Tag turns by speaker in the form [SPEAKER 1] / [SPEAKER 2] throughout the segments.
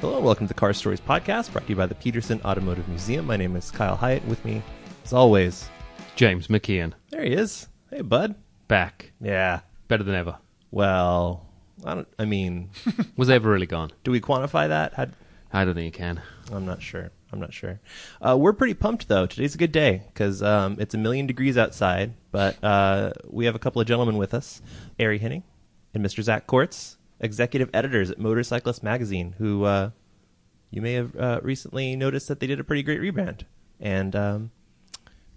[SPEAKER 1] Hello, and welcome to the Car Stories Podcast, brought to you by the Peterson Automotive Museum. My name is Kyle Hyatt. With me, as always,
[SPEAKER 2] James McKeon
[SPEAKER 1] there he is. Hey, bud.
[SPEAKER 2] back
[SPEAKER 1] Yeah.
[SPEAKER 2] better than ever.
[SPEAKER 1] Well, I don't. I mean,
[SPEAKER 2] Was ever really gone?
[SPEAKER 1] do we quantify that? How,
[SPEAKER 2] I don't think you can.
[SPEAKER 1] I'm not sure. I'm not sure. Uh, we're pretty pumped though. Today's a good day because um, it's a million degrees outside, but uh, we have a couple of gentlemen with us, Ari Henning and Mr. Zach Kortz, executive editors at Motorcyclist Magazine, who uh, you may have uh, recently noticed that they did a pretty great rebrand and um,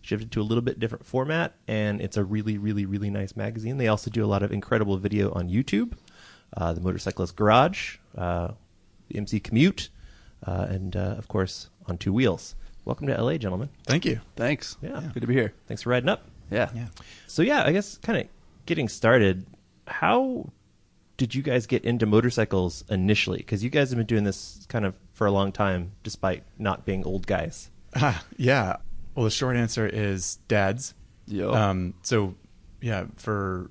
[SPEAKER 1] shifted to a little bit different format. And it's a really, really, really nice magazine. They also do a lot of incredible video on YouTube, uh, the Motorcyclist Garage, uh, the MC Commute, uh, and uh, of course on two wheels. Welcome to LA, gentlemen.
[SPEAKER 3] Thank you.
[SPEAKER 4] Thanks.
[SPEAKER 1] Yeah.
[SPEAKER 4] Good to be here.
[SPEAKER 1] Thanks for riding up.
[SPEAKER 4] Yeah.
[SPEAKER 3] Yeah.
[SPEAKER 1] So yeah, I guess kind of getting started. How did you guys get into motorcycles initially? Because you guys have been doing this kind of for a long time, despite not being old guys.
[SPEAKER 3] Ah, yeah. Well, the short answer is dads.
[SPEAKER 4] Yo.
[SPEAKER 3] Um, so, yeah, for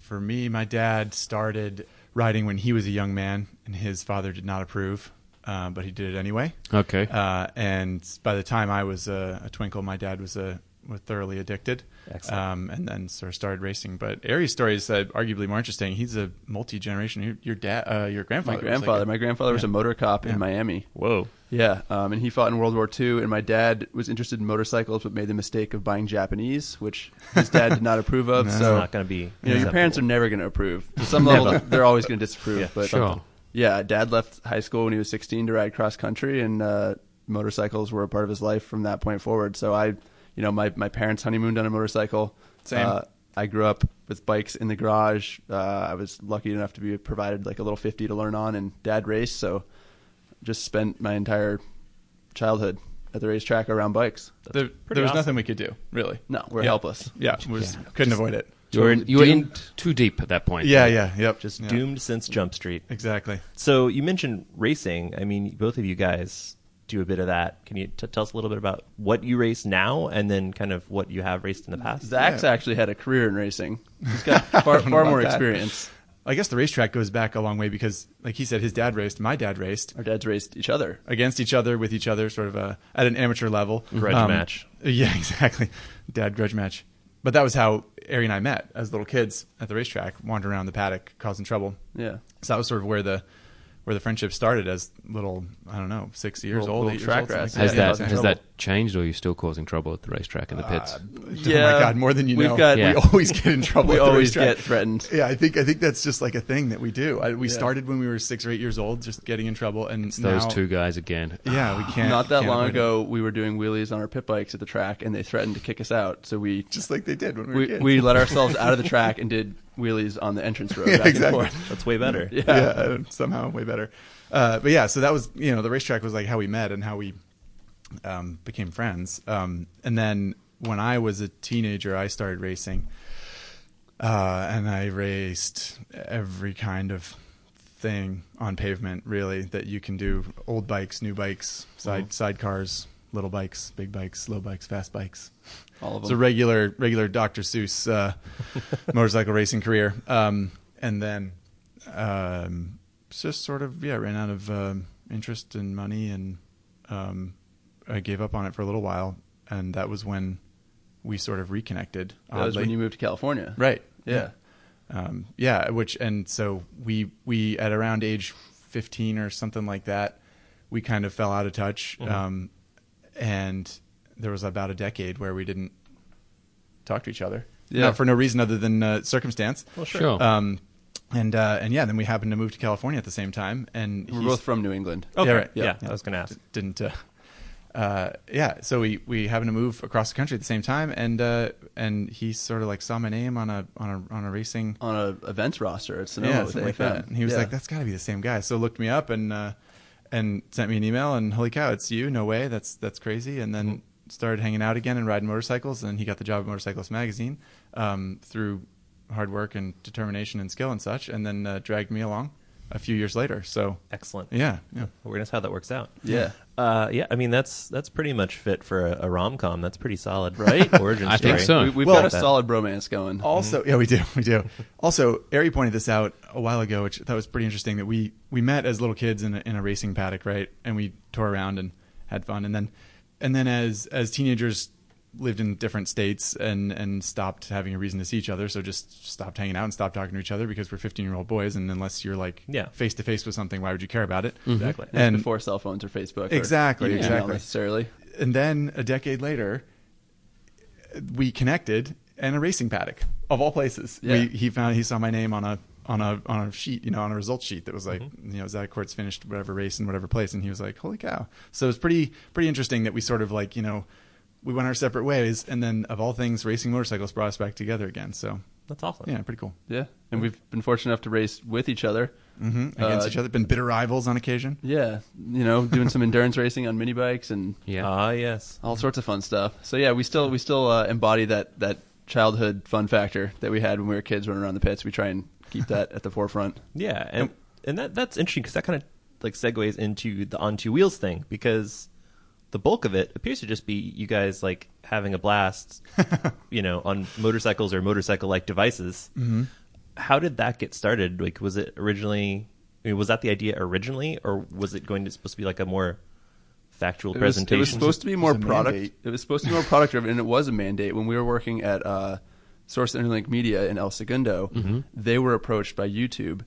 [SPEAKER 3] for me, my dad started riding when he was a young man, and his father did not approve, uh, but he did it anyway.
[SPEAKER 2] Okay.
[SPEAKER 3] Uh, and by the time I was a, a twinkle, my dad was a was thoroughly addicted.
[SPEAKER 1] Excellent.
[SPEAKER 3] Um, and then sort of started racing. But Aries' story is uh, arguably more interesting. He's a multi generation. Your, your dad, uh, your
[SPEAKER 4] my
[SPEAKER 3] grandfather. was like
[SPEAKER 4] grandfather.
[SPEAKER 3] a-
[SPEAKER 4] my grandfather was
[SPEAKER 3] Yeah.
[SPEAKER 4] a motor cop
[SPEAKER 3] Yeah.
[SPEAKER 4] in Miami.
[SPEAKER 2] Whoa.
[SPEAKER 4] Yeah, um, and he fought in World War II. And my dad was interested in motorcycles, but made the mistake of buying Japanese, which his dad did not approve of.
[SPEAKER 3] No.
[SPEAKER 1] It's
[SPEAKER 4] So
[SPEAKER 1] not going to be.
[SPEAKER 4] you know, your
[SPEAKER 1] acceptable.
[SPEAKER 4] parents are never going to approve. To some level,
[SPEAKER 1] Never.
[SPEAKER 4] they're always going to disapprove.
[SPEAKER 1] Yeah,
[SPEAKER 4] but
[SPEAKER 2] sure.
[SPEAKER 4] yeah, dad left high school when he was 16 to ride cross country, and uh, motorcycles were a part of his life from that point forward. So I, you know, my my parents honeymooned on a motorcycle.
[SPEAKER 3] Same.
[SPEAKER 4] Uh, I grew up with bikes in the garage. Uh, I was lucky enough to be provided like a little 50 to learn on, and dad raced. So just spent my entire childhood at the racetrack around bikes.
[SPEAKER 3] there,
[SPEAKER 1] pretty
[SPEAKER 3] there was
[SPEAKER 1] awesome.
[SPEAKER 3] nothing we could do, really.
[SPEAKER 4] No, we're
[SPEAKER 3] Yeah.
[SPEAKER 4] helpless.
[SPEAKER 3] Yeah, was, couldn't avoid it.
[SPEAKER 2] You were in, you were in
[SPEAKER 1] Doomed.
[SPEAKER 2] too deep at that point.
[SPEAKER 3] Yeah, yeah, yep.
[SPEAKER 1] just
[SPEAKER 3] yeah.
[SPEAKER 1] doomed since Jump Street.
[SPEAKER 3] Exactly.
[SPEAKER 1] So you mentioned racing. I mean, both of you guys do a bit of that. Can you t- tell us a little bit about what you race now, and then kind of what you have raced in the past?
[SPEAKER 4] Zach's actually had a career in racing. He's got far, far more experience.
[SPEAKER 3] I guess the racetrack goes back a long way because, like he said, his dad raced, my dad raced
[SPEAKER 4] Our dads raced each other.
[SPEAKER 3] against each other, with each other, sort of uh at an amateur level. Um,
[SPEAKER 1] Grudge match.
[SPEAKER 3] Yeah, exactly. Dad grudge match. But that was how Ari and I met as little kids at the racetrack, wandering around the paddock, causing trouble.
[SPEAKER 4] Yeah.
[SPEAKER 3] So that was sort of where the where the friendship started as little, I don't know, six years
[SPEAKER 4] Little-
[SPEAKER 3] old,
[SPEAKER 4] little
[SPEAKER 3] eight years
[SPEAKER 4] track
[SPEAKER 3] old, something
[SPEAKER 4] rats.
[SPEAKER 3] like
[SPEAKER 2] Has
[SPEAKER 4] Yeah,
[SPEAKER 2] that
[SPEAKER 4] causing
[SPEAKER 2] has
[SPEAKER 4] trouble.
[SPEAKER 2] that changed, or are you still causing trouble at the racetrack in the pits?
[SPEAKER 3] Oh
[SPEAKER 4] Yeah.
[SPEAKER 3] my god, more than you
[SPEAKER 4] We've
[SPEAKER 3] know.
[SPEAKER 4] got-
[SPEAKER 2] Yeah.
[SPEAKER 3] We always get in trouble.
[SPEAKER 4] We
[SPEAKER 3] at the
[SPEAKER 4] always
[SPEAKER 3] racetrack.
[SPEAKER 4] get threatened.
[SPEAKER 3] Yeah, I think I think that's just like a thing that we do. I, we
[SPEAKER 4] Yeah.
[SPEAKER 3] started when we were six or eight years old, just getting in trouble, and
[SPEAKER 2] It's those
[SPEAKER 3] now-
[SPEAKER 2] two guys again.
[SPEAKER 3] Yeah, we can't.
[SPEAKER 4] Not that
[SPEAKER 3] can't
[SPEAKER 4] long
[SPEAKER 3] avoid it.
[SPEAKER 4] ago, we were doing wheelies on our pit bikes at the track, and they threatened to kick us out. So we
[SPEAKER 3] just like they did when we were
[SPEAKER 4] we,
[SPEAKER 3] kids.
[SPEAKER 4] we let ourselves out of the track and did wheelies on the entrance road.
[SPEAKER 3] Yeah,
[SPEAKER 4] back
[SPEAKER 3] exactly.
[SPEAKER 4] And forth.
[SPEAKER 1] That's way better.
[SPEAKER 4] Yeah.
[SPEAKER 3] yeah, uh, somehow way better. Uh, but yeah, so that was you know the racetrack was like how we met and how we um, became friends. Um, and then when I was a teenager, I started racing, uh, and I raced every kind of thing on pavement really that you can do: old bikes, new bikes, side sidecars, little bikes, big bikes, slow bikes, fast bikes.
[SPEAKER 4] All of
[SPEAKER 3] It's a
[SPEAKER 4] them.
[SPEAKER 3] regular, regular Dr. Seuss uh, motorcycle racing career, um, and then um, just sort of yeah, ran out of um, interest and money, and um, I gave up on it for a little while, and that was when we sort of reconnected.
[SPEAKER 4] that was
[SPEAKER 3] oddly.
[SPEAKER 4] when you moved to California.
[SPEAKER 3] right?
[SPEAKER 4] Yeah.
[SPEAKER 3] um, yeah which and so we we at around age 15 or something like that we kind of fell out of touch
[SPEAKER 4] Mm-hmm.
[SPEAKER 3] um, and there was about a decade where we didn't talk to each other
[SPEAKER 4] Yeah.
[SPEAKER 3] Not for no reason other than uh, circumstance
[SPEAKER 1] Well, sure.
[SPEAKER 2] Sure.
[SPEAKER 3] um, and uh, and yeah then we happened to move to california at the same time and
[SPEAKER 4] We're
[SPEAKER 3] he's-
[SPEAKER 4] both from New England.
[SPEAKER 1] Okay.
[SPEAKER 3] yeah, right.
[SPEAKER 1] Yeah,
[SPEAKER 3] Yeah.
[SPEAKER 1] I was going to ask.
[SPEAKER 3] didn't uh, uh yeah so we we happened to move across the country at the same time and uh and he sort of like saw my name on a on a on a racing
[SPEAKER 4] On a events roster at Sonoma.
[SPEAKER 3] yeah,
[SPEAKER 4] with
[SPEAKER 3] something like
[SPEAKER 4] AFM.
[SPEAKER 3] that. And he was
[SPEAKER 4] Yeah.
[SPEAKER 3] like, "That's got to be the same guy." So looked me up and uh, and sent me an email, and holy cow, it's you! No way, that's that's crazy. And then started hanging out again and riding motorcycles, and he got the job at Motorcyclist Magazine um, through hard work and determination and skill and such, and then uh, dragged me along. a few years later. So
[SPEAKER 1] Excellent.
[SPEAKER 3] yeah, yeah,
[SPEAKER 1] We're gonna see how that works out.
[SPEAKER 4] Yeah.
[SPEAKER 1] Uh, yeah, I mean that's that's pretty much fit for a, a rom com. That's pretty solid,
[SPEAKER 4] Right?
[SPEAKER 1] Origin
[SPEAKER 2] I
[SPEAKER 1] story.
[SPEAKER 2] think so.
[SPEAKER 4] We, we've
[SPEAKER 1] Well-
[SPEAKER 4] got a solid bromance going.
[SPEAKER 3] Mm-hmm. Also, yeah, we do, we do. Also, Ari pointed this out a while ago, which I thought was pretty interesting. That we we met as little kids in a, in a racing paddock, right? And we tore around and had fun, and then and then as as teenagers lived in different states and and stopped having a reason to see each other, so just stopped hanging out and stopped talking to each other because we're 15 year old boys, and unless you're like
[SPEAKER 1] Yeah.
[SPEAKER 3] face to face with something, why would you care about it?
[SPEAKER 1] Exactly.
[SPEAKER 4] This is
[SPEAKER 3] And-
[SPEAKER 4] before cell phones or Facebook, or
[SPEAKER 3] Exactly,
[SPEAKER 4] even email
[SPEAKER 3] exactly.
[SPEAKER 4] necessarily.
[SPEAKER 3] and then a decade later, we connected in a racing paddock of all places.
[SPEAKER 4] Yeah.
[SPEAKER 3] We, he found he saw my name on a on a on a sheet, you know, on a results sheet that was like,
[SPEAKER 4] Mm-hmm.
[SPEAKER 3] you know, Zach Quartz finished whatever race in whatever place, and he was like, "Holy cow!" So it was pretty pretty interesting that we sort of like you know we went our separate ways, and then of all things, racing motorcycles brought us back together again. So
[SPEAKER 1] That's awesome.
[SPEAKER 3] yeah, pretty cool.
[SPEAKER 4] Yeah, and we've been fortunate enough to race with each other.
[SPEAKER 3] hmm Mm-hmm. Against
[SPEAKER 4] Uh,
[SPEAKER 3] each other, been bitter rivals on occasion.
[SPEAKER 4] Yeah, you know, doing some endurance racing on mini bikes and
[SPEAKER 2] Yeah.
[SPEAKER 1] Ah, yes.
[SPEAKER 4] all sorts of fun stuff. So yeah, we still we still uh, embody that that childhood fun factor that we had when we were kids running around the pits. We try and keep that at the forefront.
[SPEAKER 1] Yeah, and and that that's interesting because that kind of like segues into the on two wheels thing because the bulk of it appears to just be you guys like having a blast, you know, on motorcycles or motorcycle like devices. Mm-hmm. How did that get started? Like, was it originally? I mean, was that the idea originally, or was it going to supposed to be like a more factual
[SPEAKER 4] It was, it
[SPEAKER 1] presentation?
[SPEAKER 4] was supposed to be more
[SPEAKER 3] It was a
[SPEAKER 4] product.
[SPEAKER 3] mandate.
[SPEAKER 4] It was supposed to be more product driven, and it was a mandate. When we were working at uh, Source Interlink Media in El Segundo, they were approached by YouTube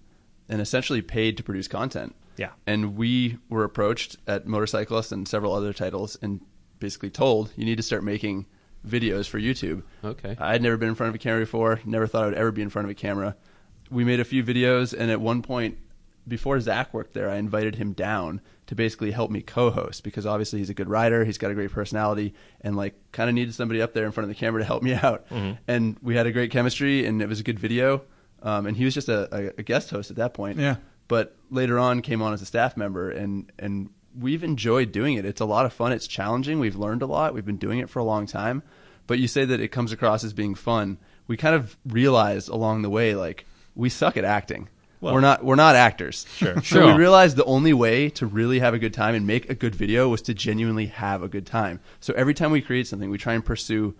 [SPEAKER 4] and essentially paid to produce content.
[SPEAKER 1] Yeah.
[SPEAKER 4] and we were approached at Motorcyclist and several other titles, and basically told you need to start making videos for YouTube.
[SPEAKER 2] Okay.
[SPEAKER 4] I had never been in front of a camera before. Never thought I would ever be in front of a camera. We made a few videos, and at one point, before Zach worked there, I invited him down to basically help me co-host because obviously he's a good writer, he's got a great personality, and like kind of needed somebody up there in front of the camera to help me out. And we had a great chemistry, and it was a good video. Um, and he was just a, a, a guest host at that point.
[SPEAKER 3] Yeah.
[SPEAKER 4] But later on, came on as a staff member, and and we've enjoyed doing it. It's a lot of fun. It's challenging. We've learned a lot. We've been doing it for a long time but you say that it comes across as being fun. We kind of realized along the way, like we suck at acting.
[SPEAKER 1] Well-
[SPEAKER 4] we're not we're not actors.
[SPEAKER 1] Sure.
[SPEAKER 4] so
[SPEAKER 2] Sure.
[SPEAKER 4] we realized the only way to really have a good time and make a good video was to genuinely have a good time. So every time we create something, we try and pursue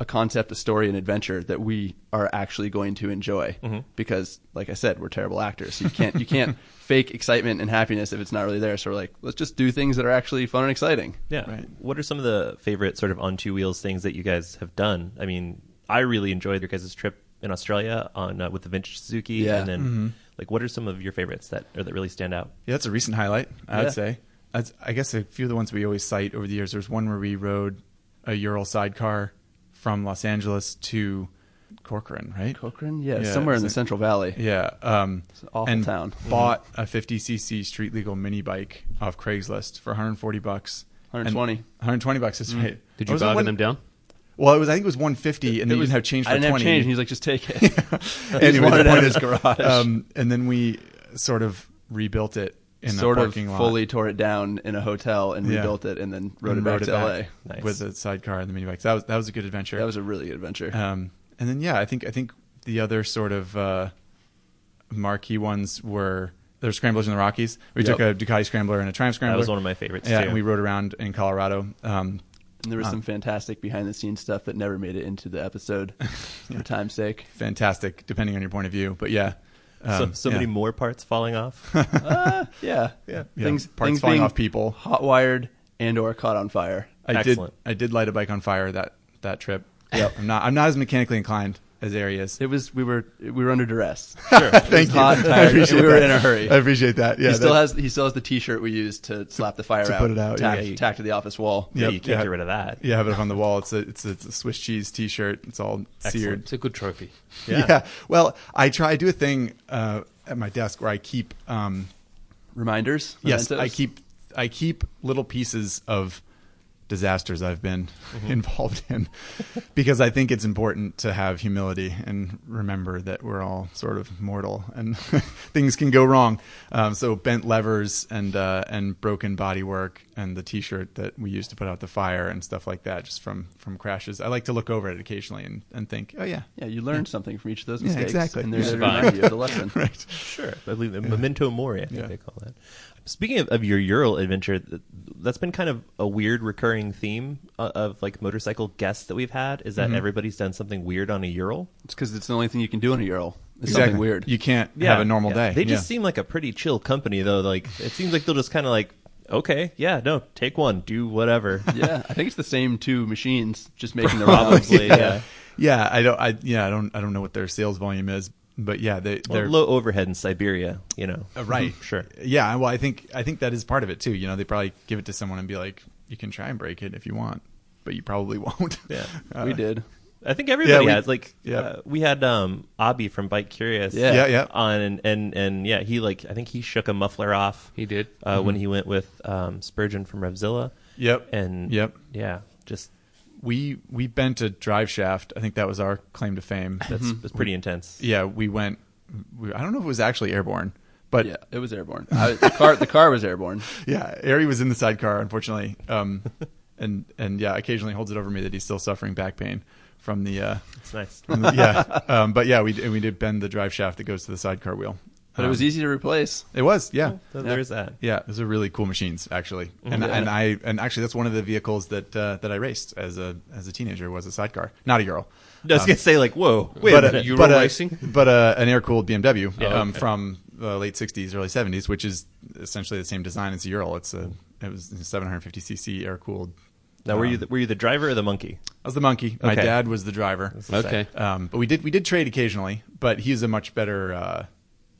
[SPEAKER 4] a concept, a story, an adventure that we are actually going to enjoy. Because, like I said, we're terrible actors. You can't you can't fake excitement and happiness if it's not really there. So we're like, let's just do things that are actually fun and exciting.
[SPEAKER 1] Yeah.
[SPEAKER 3] Right.
[SPEAKER 1] What are some of the favorite sort of on two wheels things that you guys have done? I mean, I really enjoyed your guys' trip in Australia on uh, with the vintage Suzuki,
[SPEAKER 4] Yeah.
[SPEAKER 1] and then
[SPEAKER 3] Mm-hmm.
[SPEAKER 1] like, what are some of your favorites that or that really stand out?
[SPEAKER 3] Yeah, that's a recent highlight, I
[SPEAKER 1] Yeah.
[SPEAKER 3] would say. That's, I guess a few of the ones we always cite over the years. There's one where we rode a Ural sidecar from Los Angeles to Corcoran, right?
[SPEAKER 4] Cochrane, yeah,
[SPEAKER 3] Yeah,
[SPEAKER 4] somewhere in the
[SPEAKER 3] it's like-
[SPEAKER 4] Central Valley.
[SPEAKER 3] Yeah. Um,
[SPEAKER 4] It's an awful
[SPEAKER 3] and
[SPEAKER 4] town. Mm-hmm.
[SPEAKER 3] Bought a 50cc street legal mini bike off Craigslist for 140 bucks. And-
[SPEAKER 4] 120.
[SPEAKER 3] 120 bucks is right.
[SPEAKER 2] Did
[SPEAKER 3] Or
[SPEAKER 2] you
[SPEAKER 3] was it
[SPEAKER 2] bother
[SPEAKER 3] one-
[SPEAKER 2] them down?
[SPEAKER 3] Well, it was. I think it was 150, and
[SPEAKER 4] Mm. It
[SPEAKER 3] they
[SPEAKER 4] was-
[SPEAKER 3] didn't have change for
[SPEAKER 4] I didn't
[SPEAKER 3] 20.
[SPEAKER 4] have change. And he's like, just take it.
[SPEAKER 3] Anyway, the
[SPEAKER 4] wanted it out
[SPEAKER 3] point
[SPEAKER 4] of his
[SPEAKER 3] is,
[SPEAKER 4] garage.
[SPEAKER 3] Um, and then we sort of rebuilt it in
[SPEAKER 4] sort
[SPEAKER 3] a
[SPEAKER 4] of
[SPEAKER 3] parking lot.
[SPEAKER 4] fully tore it down in a hotel and
[SPEAKER 3] Yeah.
[SPEAKER 4] rebuilt it, and then rode
[SPEAKER 3] and
[SPEAKER 4] it back to LA.
[SPEAKER 1] LA. Nice.
[SPEAKER 3] with a sidecar and the mini bikes. That was that was a good adventure.
[SPEAKER 4] That was a really good adventure.
[SPEAKER 3] um, and then yeah, I think I think the other sort of uh, marquee ones were there's scramblers in the Rockies. We
[SPEAKER 4] Yep.
[SPEAKER 3] took a Ducati scrambler and a Triumph scrambler.
[SPEAKER 1] was one of my favorites,
[SPEAKER 3] Yeah,
[SPEAKER 1] too.
[SPEAKER 3] and we rode around in Colorado. Um,
[SPEAKER 4] and there was
[SPEAKER 3] uh,
[SPEAKER 4] some fantastic behind the scenes stuff that never made it into the episode for time's sake.
[SPEAKER 3] fantastic, depending on your point of view. But yeah, um,
[SPEAKER 1] so so many
[SPEAKER 3] yeah.
[SPEAKER 1] more parts falling off.
[SPEAKER 4] Uh, yeah,
[SPEAKER 3] Yeah. Yeah.
[SPEAKER 4] Things,
[SPEAKER 3] Parts
[SPEAKER 4] things
[SPEAKER 3] falling
[SPEAKER 4] being
[SPEAKER 3] off people.
[SPEAKER 4] hot wired and or caught on fire.
[SPEAKER 3] I
[SPEAKER 1] Excellent.
[SPEAKER 3] did I did light a bike on fire that that trip. I'm not I'm not as mechanically inclined as areas.
[SPEAKER 4] It was we were we were under duress.
[SPEAKER 3] Thank
[SPEAKER 4] was hot and tired, and
[SPEAKER 3] appreciate
[SPEAKER 4] we were
[SPEAKER 3] that.
[SPEAKER 4] in a hurry.
[SPEAKER 3] I appreciate that. Yeah,
[SPEAKER 4] he still
[SPEAKER 3] that-
[SPEAKER 4] has he still has the T-shirt we used to slap the fire
[SPEAKER 3] to
[SPEAKER 4] out,
[SPEAKER 3] put it out, yeah.
[SPEAKER 4] tacked, tacked to the office wall.
[SPEAKER 1] yeah,
[SPEAKER 3] Yep,
[SPEAKER 1] you can't
[SPEAKER 3] yeah.
[SPEAKER 1] get rid of that.
[SPEAKER 3] You have it up on the wall. It's a it's a, it's a Swiss cheese T-shirt. It's all seared.
[SPEAKER 2] It's a good trophy.
[SPEAKER 1] Yeah.
[SPEAKER 3] Yeah. Well, I try. I do a thing uh, at my desk where I keep. Um,
[SPEAKER 4] Reminders.
[SPEAKER 3] yes,
[SPEAKER 4] mementos?
[SPEAKER 3] I keep. I keep little pieces of disasters I've been involved in because I think it's important to have humility and remember that we're all sort of mortal and things can go wrong. Um, so bent levers and uh, and broken body work and the T-shirt that we used to put out the fire and stuff like that just from from crashes. I like to look over it occasionally and, and think, oh yeah,
[SPEAKER 4] Yeah, you learned something from each of those
[SPEAKER 3] Yeah,
[SPEAKER 4] mistakes.
[SPEAKER 3] exactly.
[SPEAKER 4] And there's
[SPEAKER 2] Yeah.
[SPEAKER 4] to remind you of the lesson.
[SPEAKER 3] right.
[SPEAKER 1] Sure. I believe Memento Mori, I think
[SPEAKER 3] Yeah.
[SPEAKER 1] they call that. Speaking of, of your Ural adventure, th- that's been kind of a weird recurring theme of, of like motorcycle guests that we've had is that
[SPEAKER 3] Mm-hmm.
[SPEAKER 1] everybody's done something weird on a Ural.
[SPEAKER 4] It's because it's the only thing you can do in a Ural. It's
[SPEAKER 3] Exactly.
[SPEAKER 4] something weird.
[SPEAKER 3] You can't have a normal
[SPEAKER 1] yeah.
[SPEAKER 3] day.
[SPEAKER 1] They just
[SPEAKER 3] Yeah.
[SPEAKER 1] seem like a pretty chill company though. Like it seems like they'll just kind of like, okay, yeah, no, take one, do whatever.
[SPEAKER 4] yeah, I think it's the same two machines just making the rounds.
[SPEAKER 1] Probably, yeah.
[SPEAKER 3] Yeah, I don't. I yeah, I don't. I don't know what their sales volume is, but yeah, they
[SPEAKER 1] Well,
[SPEAKER 3] they're
[SPEAKER 1] low overhead in Siberia, you know.
[SPEAKER 3] Uh, right.
[SPEAKER 1] Sure.
[SPEAKER 3] Yeah. Well, I think I think that is part of it too. You know, they probably give it to someone and be like, "You can try and break it if you want, but you probably won't."
[SPEAKER 1] Yeah.
[SPEAKER 3] Uh,
[SPEAKER 4] we did.
[SPEAKER 1] I think everybody
[SPEAKER 3] Yeah, we-
[SPEAKER 1] has. Like,
[SPEAKER 3] yeah.
[SPEAKER 1] uh, we had um, Abby from Bike Curious.
[SPEAKER 4] Yeah.
[SPEAKER 3] Yeah, yeah.
[SPEAKER 1] On and, and and yeah, he like I think he shook a muffler off.
[SPEAKER 2] He did.
[SPEAKER 1] uh, when he went with um, Spurgeon from Revzilla.
[SPEAKER 3] Mm-hmm. Yep.
[SPEAKER 1] And
[SPEAKER 3] Yep.
[SPEAKER 1] yeah, just
[SPEAKER 3] We we bent a drive shaft. I think that was our claim to fame.
[SPEAKER 1] that's, that's pretty intense.
[SPEAKER 3] Mm-hmm. yeah. We went. We, I don't know if it was actually airborne, but
[SPEAKER 4] Yeah, it was airborne. I, was- the car, the car was airborne.
[SPEAKER 3] yeah, Ari was in the sidecar, unfortunately. Um, and and yeah, occasionally holds it over me that he's still suffering back pain from the. Uh,
[SPEAKER 1] It's nice.
[SPEAKER 3] from the- yeah, um, but yeah, we we did bend the drive shaft that goes to the sidecar wheel.
[SPEAKER 4] But it was
[SPEAKER 3] Um,
[SPEAKER 4] easy to replace.
[SPEAKER 3] It was, yeah. Um,
[SPEAKER 1] So there's that.
[SPEAKER 3] Yeah, those are really cool machines, actually, and
[SPEAKER 4] Mm-hmm. Yeah.
[SPEAKER 3] and I and actually that's one of the vehicles that uh, that I raced as a as a teenager was a sidecar, not a Ural,
[SPEAKER 1] I was
[SPEAKER 3] Um,
[SPEAKER 1] gonna say like, whoa, wait
[SPEAKER 3] but uh,
[SPEAKER 1] a
[SPEAKER 3] a-
[SPEAKER 1] minute.
[SPEAKER 2] Ural
[SPEAKER 3] but a-
[SPEAKER 2] racing?
[SPEAKER 3] but a, an air cooled BMW
[SPEAKER 2] Yeah,
[SPEAKER 3] um,
[SPEAKER 2] okay.
[SPEAKER 3] from the late '60s, early '70s, which is essentially the same design as the Ural. It's a it was a 750cc air cooled.
[SPEAKER 1] now were you the, were you the driver or the monkey?
[SPEAKER 3] Um, I was the monkey. My
[SPEAKER 1] Okay.
[SPEAKER 3] dad was the driver.
[SPEAKER 2] Okay.
[SPEAKER 3] Um, but we did we did trade occasionally, but he's a much better uh,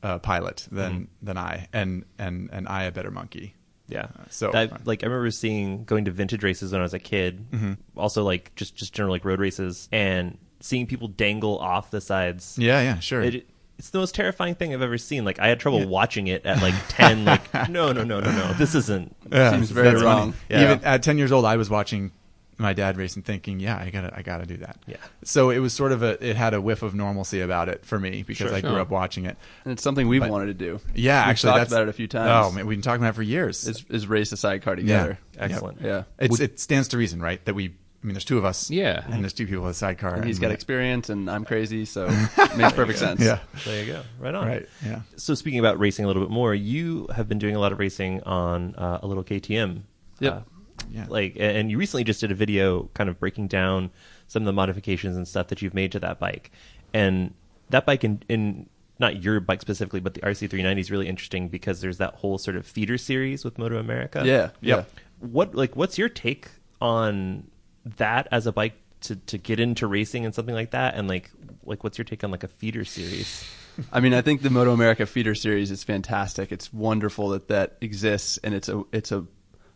[SPEAKER 3] uh, pilot than than I, and and and I a better monkey.
[SPEAKER 1] Mm-hmm. Yeah.
[SPEAKER 3] Uh, so
[SPEAKER 1] that, like I remember seeing going to vintage races when I was a kid.
[SPEAKER 3] Mm-hmm.
[SPEAKER 1] Also like just just general like road races and seeing people dangle off the sides.
[SPEAKER 3] yeah, yeah, sure.
[SPEAKER 1] It, it's the most terrifying thing I've ever seen. Like I had trouble
[SPEAKER 3] Yeah.
[SPEAKER 1] watching it at like ten. Like no, no, no, no, no. This isn't.
[SPEAKER 3] Yeah,
[SPEAKER 4] Seems very
[SPEAKER 3] that's funny.
[SPEAKER 4] wrong.
[SPEAKER 1] Yeah.
[SPEAKER 3] Even at ten years old, I was watching my dad race and thinking, "Yeah, I gotta, I gotta do that."
[SPEAKER 1] Yeah.
[SPEAKER 3] So it was sort of a, it had a whiff of normalcy about it for me because
[SPEAKER 1] Sure.
[SPEAKER 3] I grew
[SPEAKER 2] Sure.
[SPEAKER 3] up watching it.
[SPEAKER 4] And it's something we've
[SPEAKER 3] But-
[SPEAKER 4] wanted to do.
[SPEAKER 3] Yeah,
[SPEAKER 4] Mm. We've
[SPEAKER 3] actually,
[SPEAKER 4] talked
[SPEAKER 3] that's
[SPEAKER 4] about it a few times.
[SPEAKER 3] Oh man, we've been talking about it for years.
[SPEAKER 4] is, is race the sidecar
[SPEAKER 3] yeah,
[SPEAKER 4] together.
[SPEAKER 1] Excellent.
[SPEAKER 4] Yeah.
[SPEAKER 3] It's, it stands to reason, right? That we, I mean, there's two of us.
[SPEAKER 2] Yeah.
[SPEAKER 3] And there's two people with a sidecar.
[SPEAKER 4] And he's
[SPEAKER 3] we-
[SPEAKER 4] got experience, and I'm crazy, so it makes perfect sense.
[SPEAKER 3] Yeah.
[SPEAKER 1] There you go. Right on.
[SPEAKER 3] Right. Yeah.
[SPEAKER 1] So speaking about racing a little bit more, you have been doing a lot of racing on uh, a little KTM.
[SPEAKER 2] Yep.
[SPEAKER 1] Uh,
[SPEAKER 3] Yeah.
[SPEAKER 1] Like, a- and you recently just did a video kind of breaking down some of the modifications and stuff that you've made to that bike, and that bike in in not your bike specifically, but the RC390 is really interesting because there's that whole sort of feeder series with Moto America.
[SPEAKER 4] Yeah.
[SPEAKER 3] Yep.
[SPEAKER 1] What like what's your take on that as a bike to to get into racing and something like that, and like like what's your take on like a feeder series?
[SPEAKER 4] I mean, I think the Moto America feeder series is fantastic. It's wonderful that that exists, and it's a it's a,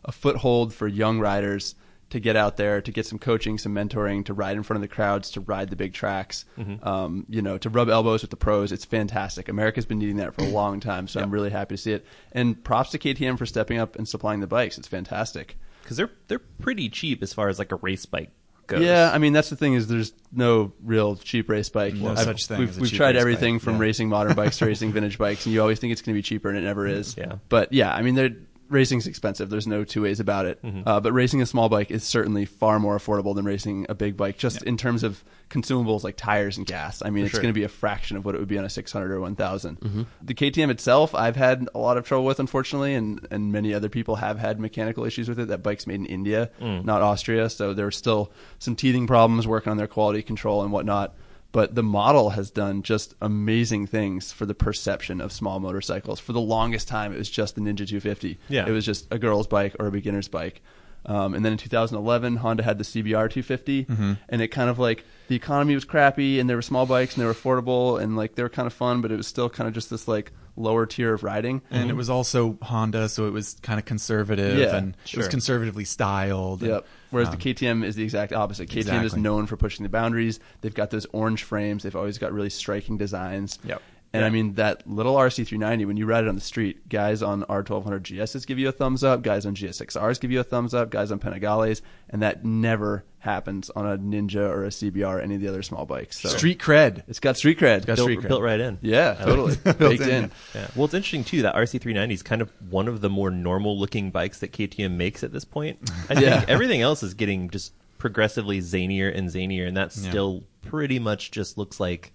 [SPEAKER 4] a foothold for young riders to get out there, to get some coaching, some mentoring, to ride in front of the crowds, to ride the big tracks,
[SPEAKER 3] Mm-hmm.
[SPEAKER 4] um, you know, to rub elbows with the pros. It's fantastic. America's been needing that for a long time, so I'm really happy to see it. And props to KTM for stepping up and supplying the bikes. It's fantastic.
[SPEAKER 1] because they're they're pretty cheap as far as like a race bike goes.
[SPEAKER 4] Yeah, I mean that's the thing is there's no real cheap race bike.
[SPEAKER 3] No
[SPEAKER 4] I've-
[SPEAKER 3] such thing
[SPEAKER 4] We've,
[SPEAKER 3] as a
[SPEAKER 4] we've
[SPEAKER 3] cheap
[SPEAKER 4] tried
[SPEAKER 3] race
[SPEAKER 4] everything
[SPEAKER 3] bike,
[SPEAKER 4] from
[SPEAKER 3] yeah.
[SPEAKER 4] racing modern bikes to racing vintage bikes, and you always think it's going to be cheaper, and it never is.
[SPEAKER 1] Yeah.
[SPEAKER 4] But yeah, I mean, they're, racing's expensive. There's no two ways about it.
[SPEAKER 1] Mm-hmm.
[SPEAKER 4] Uh, but racing a small bike is certainly far more affordable than racing a big bike, just in terms of consumables like tires and gas. I mean, it's
[SPEAKER 1] sure. Mm-hmm.
[SPEAKER 4] going to be a fraction of what it would be on a 600 or 1,000. The KTM itself, I've had a lot of trouble with, unfortunately, and, and many other people have had mechanical issues with it. That bike's made in India,
[SPEAKER 1] Mm.
[SPEAKER 4] not Austria, so there's still some teething problems working on their quality control and whatnot. But the model has done just amazing things for the perception of small motorcycles. For the longest time, it was just the Ninja 250.
[SPEAKER 1] Yeah.
[SPEAKER 4] It was just a girl's bike or a beginner's bike. Um, and then in 2011, Honda had the CBR 250, and it kind of like the economy was crappy, and there were small bikes, and they were affordable, and like they were kind of fun, but it was still kind of just this like lower tier of riding.
[SPEAKER 3] And it was also Honda, so it was kind of conservative
[SPEAKER 4] Mm-hmm. Yeah,
[SPEAKER 3] and it was
[SPEAKER 1] sure.
[SPEAKER 3] conservatively styled. and-
[SPEAKER 4] Yep. Whereas
[SPEAKER 3] um,
[SPEAKER 4] the KTM is the exact opposite. KTM is
[SPEAKER 3] Exactly.
[SPEAKER 4] known for pushing the boundaries. They've got those orange frames. They've always got really striking designs.
[SPEAKER 3] Yep.
[SPEAKER 4] And
[SPEAKER 1] Yeah.
[SPEAKER 4] I mean that little RC390 when you ride it on the street, guys on R1200 GSs give you a thumbs up, guys on GSXRs give you a thumbs up, guys on Panigales, and that never happens on a Ninja or a CBR or any of the other small bikes. So
[SPEAKER 3] Street cred.
[SPEAKER 4] it's got street cred.
[SPEAKER 3] got
[SPEAKER 1] built,
[SPEAKER 3] street cred.
[SPEAKER 1] built right in.
[SPEAKER 4] yeah, totally. Baked
[SPEAKER 3] in,
[SPEAKER 4] in.
[SPEAKER 1] Yeah. Well, it's interesting too that RC390 is kind of one of the more normal looking bikes that KTM makes at this point. I
[SPEAKER 4] Yeah.
[SPEAKER 1] think everything else is getting just progressively zanier and zanier, and that
[SPEAKER 3] Yeah.
[SPEAKER 1] still pretty much just looks like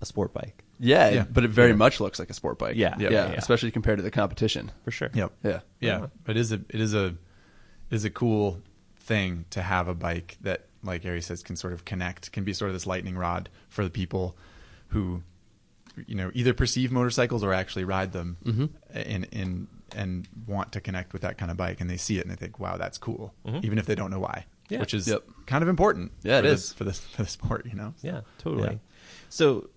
[SPEAKER 1] a sport bike
[SPEAKER 4] Yeah,
[SPEAKER 3] Yeah.
[SPEAKER 4] but it very much looks like a sport bike.
[SPEAKER 1] Yeah.
[SPEAKER 4] yeah,
[SPEAKER 1] Yeah, yeah, yeah.
[SPEAKER 4] especially compared to the competition.
[SPEAKER 1] for sure.
[SPEAKER 3] Yep.
[SPEAKER 4] Yeah.
[SPEAKER 3] Yeah. It is a it is a it is a cool thing to have a bike that, like Ari says, can sort of connect, can be sort of this lightning rod for the people who, you know, either perceive motorcycles or actually ride them,
[SPEAKER 4] Mm-hmm.
[SPEAKER 3] in in and want to connect with that kind of bike, and they see it and they think, "Wow, that's cool," even if they don't know why,
[SPEAKER 1] Yeah.
[SPEAKER 3] which is
[SPEAKER 4] Yep.
[SPEAKER 3] kind of important.
[SPEAKER 4] Yeah, it
[SPEAKER 3] for the-
[SPEAKER 4] is.
[SPEAKER 3] for the for the sport, you know.
[SPEAKER 1] Yeah, totally.
[SPEAKER 3] Yeah.
[SPEAKER 1] So,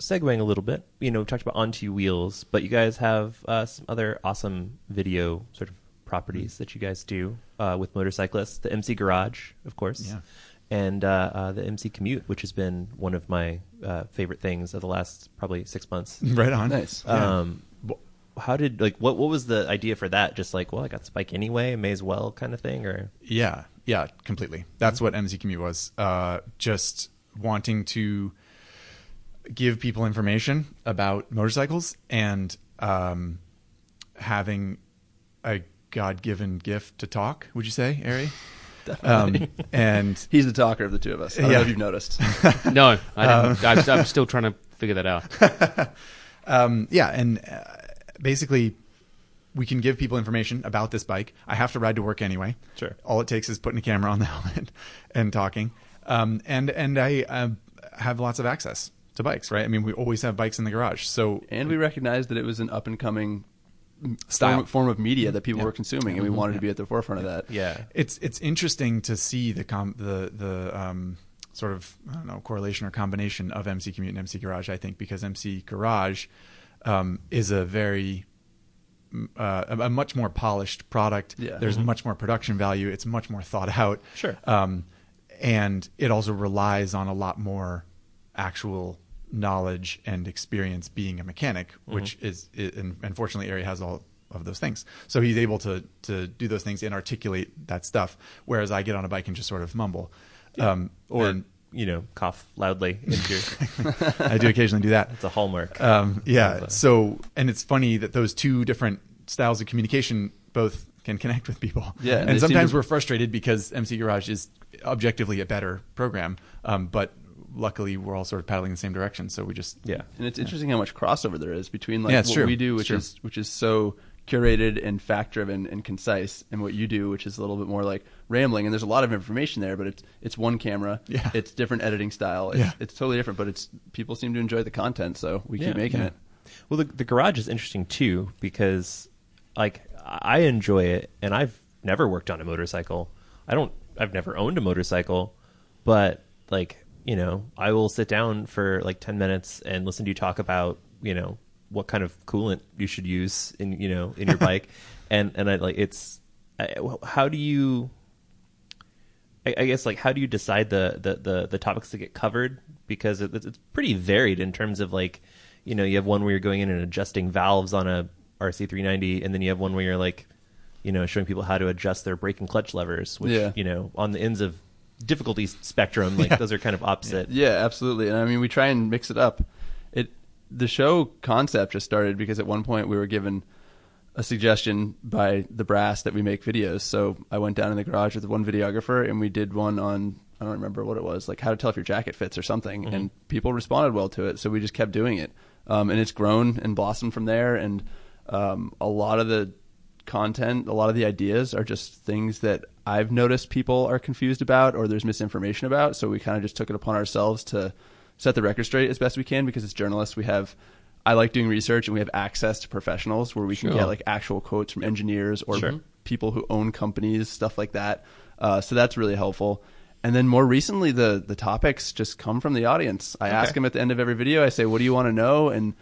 [SPEAKER 1] segueing a little bit, you know, we talked about onto wheels, but you guys have uh, some other awesome video sort of properties that you guys do uh, with motorcyclists. The MC Garage, of course,
[SPEAKER 3] Yeah.
[SPEAKER 1] and uh, uh, the MC Commute, which has been one of my uh, favorite things of the last probably six months.
[SPEAKER 3] Right on.
[SPEAKER 4] Nice.
[SPEAKER 3] Yeah.
[SPEAKER 1] Um, wh- how did like what what was the idea for that? Just like, well, I got this bike anyway, may as well, kind of thing, or
[SPEAKER 3] Yeah, yeah, completely. That's what MZ Commute was. Uh, just wanting to give people information about motorcycles and um, having a God-given gift to talk. Would you say, Ari? um, and
[SPEAKER 4] He's the talker of the two of us. I don't
[SPEAKER 3] Yeah.
[SPEAKER 4] know if you've noticed.
[SPEAKER 2] No, I didn't. I, I'm still trying to figure that out.
[SPEAKER 3] um, yeah, and uh, basically, we can give people information about this bike. I have to ride to work anyway.
[SPEAKER 1] Sure.
[SPEAKER 3] All it takes is putting a camera on the helmet and talking. Um, and and I um, have lots of access to bikes, right? I mean, we always have bikes in the garage. So
[SPEAKER 4] and we recognized that it was an up and coming
[SPEAKER 3] Style.
[SPEAKER 4] form, form of media that people
[SPEAKER 3] Yeah.
[SPEAKER 4] were consuming, and we wanted to be at the forefront of that.
[SPEAKER 1] yeah,
[SPEAKER 3] it's it's interesting to see the com- the the um, sort of I don't know correlation or combination of MC Commute and MC Garage. I think because MC Garage um, is a very m- uh, a a much more polished product.
[SPEAKER 4] Yeah.
[SPEAKER 3] There's much more production value. It's much more thought out.
[SPEAKER 1] Mm-hmm. Sure.
[SPEAKER 3] Um, and it also relies on a lot more actual knowledge and experience being a mechanic, which is, i and unfortunately, Ari has all of those things. So he's able to to do those things and articulate that stuff. Whereas I get on a bike and just sort of mumble, um,
[SPEAKER 1] or
[SPEAKER 3] and
[SPEAKER 1] you know, cough loudly. Into your,
[SPEAKER 3] I do occasionally do that.
[SPEAKER 1] it's a hallmark.
[SPEAKER 3] Um, yeah.
[SPEAKER 1] Of, uh,
[SPEAKER 3] So, and it's funny that those two different styles of communication both can connect with people.
[SPEAKER 4] Yeah, and they
[SPEAKER 3] And
[SPEAKER 4] seem
[SPEAKER 3] sometimes
[SPEAKER 4] to-
[SPEAKER 3] we're frustrated because MC Garage is objectively a better program, um, but luckily we're all sort of paddling in the same direction. So we just
[SPEAKER 1] yeah.
[SPEAKER 4] And it's interesting how much crossover there is between like
[SPEAKER 3] Yeah, it's
[SPEAKER 4] what
[SPEAKER 3] true.
[SPEAKER 4] we do,
[SPEAKER 3] It's
[SPEAKER 4] which
[SPEAKER 3] true.
[SPEAKER 4] is which is so curated and fact driven and concise, and what you do, which is a little bit more like rambling. And there's a lot of information there, but it's it's one camera.
[SPEAKER 3] Yeah.
[SPEAKER 4] It's different editing style. It's,
[SPEAKER 3] Yeah.
[SPEAKER 4] it's totally different, but it's people seem to enjoy the content, so we
[SPEAKER 1] Yeah,
[SPEAKER 4] keep making
[SPEAKER 3] yeah.
[SPEAKER 4] it.
[SPEAKER 1] Well, the, the garage is interesting too because, like, I enjoy it, and I've never worked on a motorcycle. I don't. I've never owned a motorcycle, but like, you know, I will sit down for like ten minutes and listen to you talk about, you know, what kind of coolant you should use in, you know, in your bike, and and I like it's. I, how do you I, I guess like how do you decide the, the, the, the topics that get covered because it, it's pretty varied in terms of like you know you have one where you're going in and adjusting valves on a RC390 and then you have one where you're like you know showing people how to adjust their brake and clutch levers which
[SPEAKER 4] Yeah.
[SPEAKER 1] you know on the ends of difficulty spectrum like those are kind of opposite
[SPEAKER 4] Yeah, absolutely. And I mean, we try and mix it up. It the show concept just started because at one point we were given a suggestion by the brass that we make videos. So I went down in the garage with one videographer and we did one on I don't remember what it was, like how to tell if your jacket fits or something. And people responded well to it, so we just kept doing it. Um, and it's grown and blossomed from there. And um, a lot of the content, a lot of the ideas are just things that I've noticed people are confused about or there's misinformation about. So we kind of just took it upon ourselves to set the record straight as best we can because as journalists, we have. I like doing research and we have access to professionals where we can
[SPEAKER 2] Sure.
[SPEAKER 4] get like actual quotes from engineers or
[SPEAKER 1] Sure.
[SPEAKER 4] people who own companies, stuff like that. Uh, so that's really helpful. And then more recently, the the topics just come from the audience. I ask them at the end of every video. I say, "What do you want to know?" And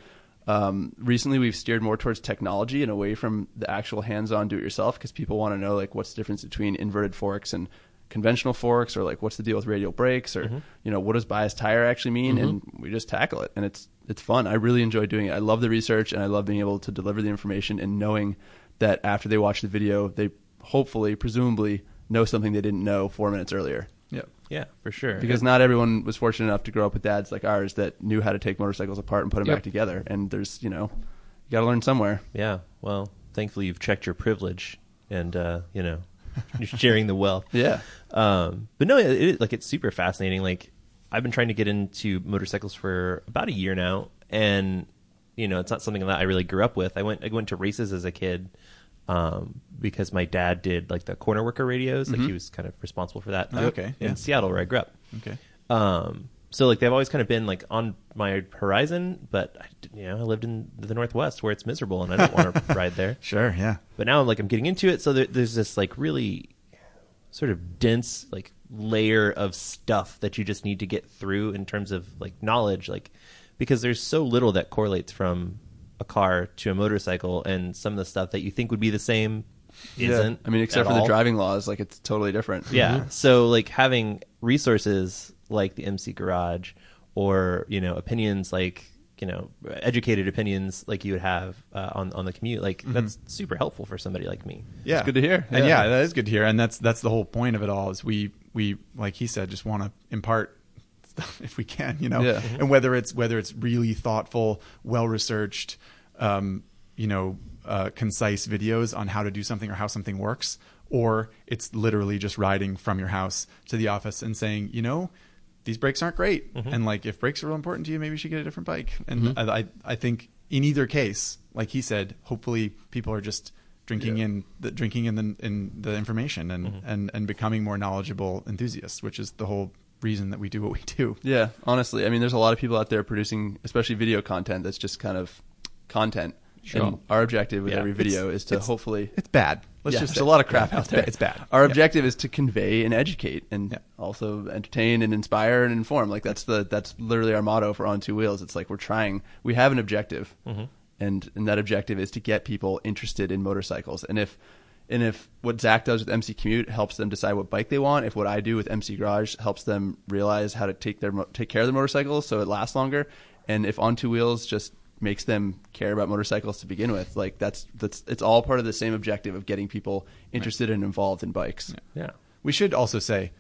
[SPEAKER 4] um, recently, we've steered more towards technology and away from the actual hands-on do-it-yourself because people want to know like what's the difference between inverted forks and conventional forks, or like what's the deal with radial brakes, or you know what does bias tire actually mean? And we just tackle it, and it's it's fun. I really enjoy doing it. I love the research and I love being able to deliver the information and knowing that after they watch the video, they hopefully, presumably, know something they didn't know four minutes earlier.
[SPEAKER 3] Yep.
[SPEAKER 1] Yeah, for sure.
[SPEAKER 4] Because not everyone was fortunate enough to grow up with dads like ours that knew how to take motorcycles apart and put them
[SPEAKER 2] Yep.
[SPEAKER 4] back together. And there's, you know, you got to learn somewhere.
[SPEAKER 1] yeah, well, thankfully you've checked your privilege, and uh, you know you're sharing the wealth.
[SPEAKER 4] Yeah.
[SPEAKER 1] Um, but no, it, it, like it's super fascinating. Like I've been trying to get into motorcycles for about a year now, and you know it's not something that I really grew up with. I went I went to races as a kid um, because my dad did like the corner worker radios. Like he was kind of responsible for that.
[SPEAKER 3] Mm-hmm. Oh,
[SPEAKER 1] out
[SPEAKER 3] okay,
[SPEAKER 1] in
[SPEAKER 3] yeah. Mm-hmm.
[SPEAKER 1] Seattle where I grew up.
[SPEAKER 3] Okay.
[SPEAKER 1] Um, so like they've always kind of been like on my horizon, but I, didn't- you know I lived in the Northwest where it's miserable and I don't want to ride there
[SPEAKER 3] Sure. Yeah.
[SPEAKER 1] but now I'm like I'm getting into it. So there, there's this like really sort of dense like layer of stuff that you just need to get through in terms of like knowledge, like because there's so little that correlates from a car to a motorcycle, and some of the stuff that you think would be the same isn't.
[SPEAKER 4] I mean,
[SPEAKER 1] at
[SPEAKER 4] except for the
[SPEAKER 1] all.
[SPEAKER 4] driving laws, like it's totally different.
[SPEAKER 1] Yeah. So like having resources like the MC Garage or, you know, opinions like, you know, educated opinions like you would have uh, on on the commute, like that's super helpful for somebody like me.
[SPEAKER 3] Yeah,
[SPEAKER 4] good to hear.
[SPEAKER 3] And
[SPEAKER 4] Yeah.
[SPEAKER 3] yeah. that is good to hear. And that's that's the whole point of it all is we we like he said just want to impart stuff if we can, you know.
[SPEAKER 4] Yeah.
[SPEAKER 3] And whether it's whether it's really thoughtful, well researched, um, you know, uh, concise videos on how to do something or how something works, or it's literally just riding from your house to the office and saying, you know. These brakes aren't great, and like if brakes are real important to you, maybe you should get a different bike. And I, I, I think in either case, like he said, hopefully people are just drinking
[SPEAKER 4] Yeah.
[SPEAKER 3] in the drinking in the in the information and and and becoming more knowledgeable enthusiasts, which is the whole reason that we do what we do.
[SPEAKER 4] Yeah, honestly, I mean, there's a lot of people out there producing, especially video content, that's just kind of content.
[SPEAKER 2] Sure.
[SPEAKER 4] And our objective with
[SPEAKER 1] Yeah.
[SPEAKER 4] every video
[SPEAKER 3] It's-
[SPEAKER 4] is to
[SPEAKER 3] it's-
[SPEAKER 4] hopefully.
[SPEAKER 3] It's bad. Let's
[SPEAKER 4] Yeah,
[SPEAKER 3] just
[SPEAKER 4] there's a lot of crap
[SPEAKER 3] Yeah,
[SPEAKER 4] out
[SPEAKER 3] it's
[SPEAKER 4] there.
[SPEAKER 3] Ba- it's bad.
[SPEAKER 4] Our
[SPEAKER 3] Yeah.
[SPEAKER 4] objective is to convey and educate, and
[SPEAKER 3] Yeah.
[SPEAKER 4] also entertain and inspire and inform. Like that's the that's literally our motto for On Two Wheels. It's like we're trying. We have an objective,
[SPEAKER 1] Mm-hmm.
[SPEAKER 4] and and that objective is to get people interested in motorcycles. And if and if what Zach does with MC Commute helps them decide what bike they want, if what I do with MC Garage helps them realize how to take their mo- take care of their motorcycles so it lasts longer, and if On Two Wheels just makes them care about motorcycles to begin with, like that's that's it's all part of the same objective of getting people interested and involved in bikes.
[SPEAKER 1] Yeah.
[SPEAKER 3] We should also say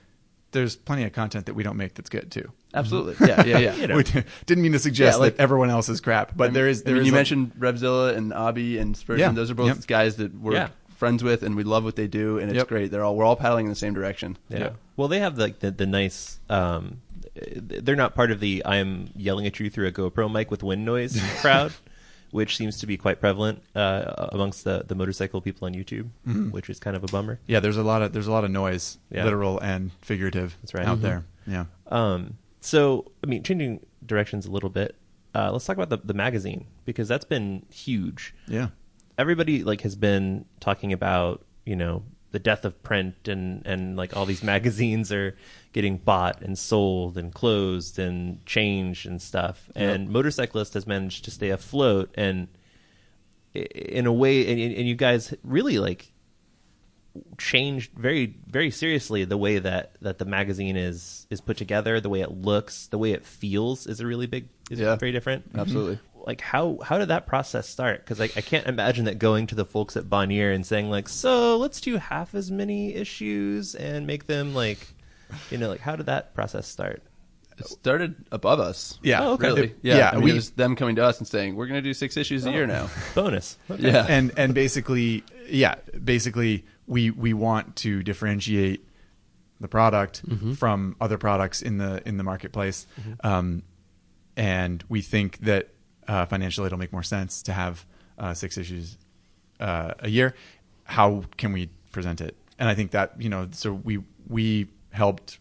[SPEAKER 3] there's plenty of content that we don't make that's good too.
[SPEAKER 4] Absolutely, yeah, yeah, yeah.
[SPEAKER 1] You know.
[SPEAKER 3] We d- didn't mean to suggest
[SPEAKER 4] Yeah, like-
[SPEAKER 3] that everyone else is crap, but there is
[SPEAKER 4] I
[SPEAKER 3] there
[SPEAKER 4] mean,
[SPEAKER 3] is
[SPEAKER 4] you
[SPEAKER 3] a-
[SPEAKER 4] mentioned Revzilla and Abby and Spurgeon.
[SPEAKER 3] Yeah.
[SPEAKER 4] Those are both
[SPEAKER 3] Yep.
[SPEAKER 4] guys that we're
[SPEAKER 1] Yeah.
[SPEAKER 4] friends with, and we love what they do, and it's
[SPEAKER 3] Yep.
[SPEAKER 4] great. They're all we're all paddling in the same direction.
[SPEAKER 1] Yeah.
[SPEAKER 3] Yeah. Mm-hmm.
[SPEAKER 1] Well, they have like the, the nice. Um, they're not part of the "I'm yelling at you through a GoPro mic with wind noise" crowd, which seems to be quite prevalent uh, amongst the, the motorcycle people on YouTube, which is kind of a bummer.
[SPEAKER 3] yeah, there's a lot of there's a lot of noise,
[SPEAKER 1] Yeah.
[SPEAKER 3] literal and figurative,
[SPEAKER 1] That's right.
[SPEAKER 3] out
[SPEAKER 1] Mhm.
[SPEAKER 3] there. Yeah.
[SPEAKER 1] Um, so, I mean, changing directions a little bit. Uh, let's talk about the, the magazine because that's been huge.
[SPEAKER 3] Yeah.
[SPEAKER 1] Everybody like has been talking about you know the death of print and and like all these magazines are getting bought and sold and closed and changed and stuff. And motorcyclist has managed to stay afloat and i- in a way, and, and you guys really like changed very very seriously the way that that the magazine is is put together the way it looks the way it feels is a really big is
[SPEAKER 4] Yeah.
[SPEAKER 1] very different
[SPEAKER 4] Absolutely.
[SPEAKER 1] like how how did that process start because like i can't imagine that going to the folks at bonnier and saying like so let's do half as many issues and make them like you know like how did that process start
[SPEAKER 4] It started above us.
[SPEAKER 3] Yeah.
[SPEAKER 1] Oh, okay.
[SPEAKER 4] Really?
[SPEAKER 3] It-
[SPEAKER 4] Yeah.
[SPEAKER 3] yeah,
[SPEAKER 4] I mean,
[SPEAKER 3] we-
[SPEAKER 4] it was them coming to us and saying, "We're going to do six issues
[SPEAKER 1] Oh.
[SPEAKER 4] a year now."
[SPEAKER 1] bonus Okay.
[SPEAKER 4] Yeah.
[SPEAKER 3] and and basically yeah basically we we want to differentiate the product from other products in the in the marketplace um, and we think that uh, financially it'll make more sense to have uh, six issues uh, a year how can we present it and i think that you know so we we helped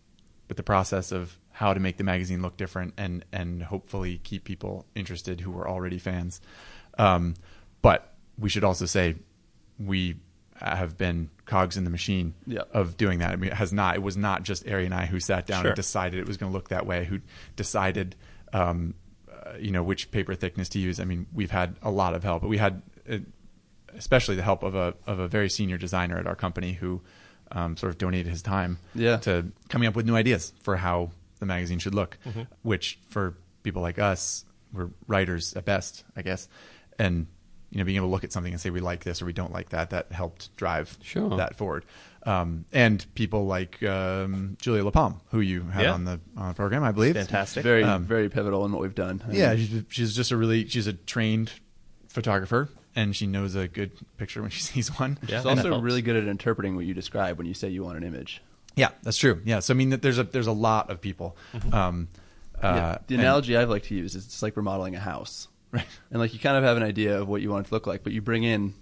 [SPEAKER 3] with the process of how to make the magazine look different and and hopefully keep people interested who were already fans. Um, but we should also say we have been cogs in the machine
[SPEAKER 4] Yeah.
[SPEAKER 3] of doing that. I mean, it has not. It was not just Ari and I who sat down
[SPEAKER 1] Sure.
[SPEAKER 3] and decided it was going to look that way. Who decided, um, uh, you know, which paper thickness to use. I mean, we've had a lot of help, but we had. uh especially the help of a of a very senior designer at our company who um, sort of donated his time
[SPEAKER 4] Yeah.
[SPEAKER 3] to coming up with new ideas for how the magazine should look, which for people like us we're writers at best, I guess. And you know, being able to look at something and say we like this or we don't like that, that helped drive
[SPEAKER 2] Sure.
[SPEAKER 3] that forward. Um, and people like um, Julia LaPalme, who you had
[SPEAKER 1] Yeah.
[SPEAKER 3] on the on the program, I believe.
[SPEAKER 1] Fantastic.
[SPEAKER 4] Very, very pivotal in what we've done. I
[SPEAKER 3] Um, Yeah,
[SPEAKER 4] mean,
[SPEAKER 3] she's, she's just a really she's a trained photographer, and she knows a good picture when she sees one.
[SPEAKER 1] Yeah.
[SPEAKER 4] she's
[SPEAKER 1] and that
[SPEAKER 4] also
[SPEAKER 1] helps.
[SPEAKER 4] really good at interpreting what you describe when you say you want an image.
[SPEAKER 3] Yeah, that's true. Yeah, so I mean, that there's a there's a lot of people.
[SPEAKER 1] Mm-hmm.
[SPEAKER 3] Um, uh,
[SPEAKER 4] Yeah. the
[SPEAKER 3] and-
[SPEAKER 4] analogy I've liked to use is it's like remodeling a house. Right. And like you kind of have an idea of what you want it to look like, but you bring in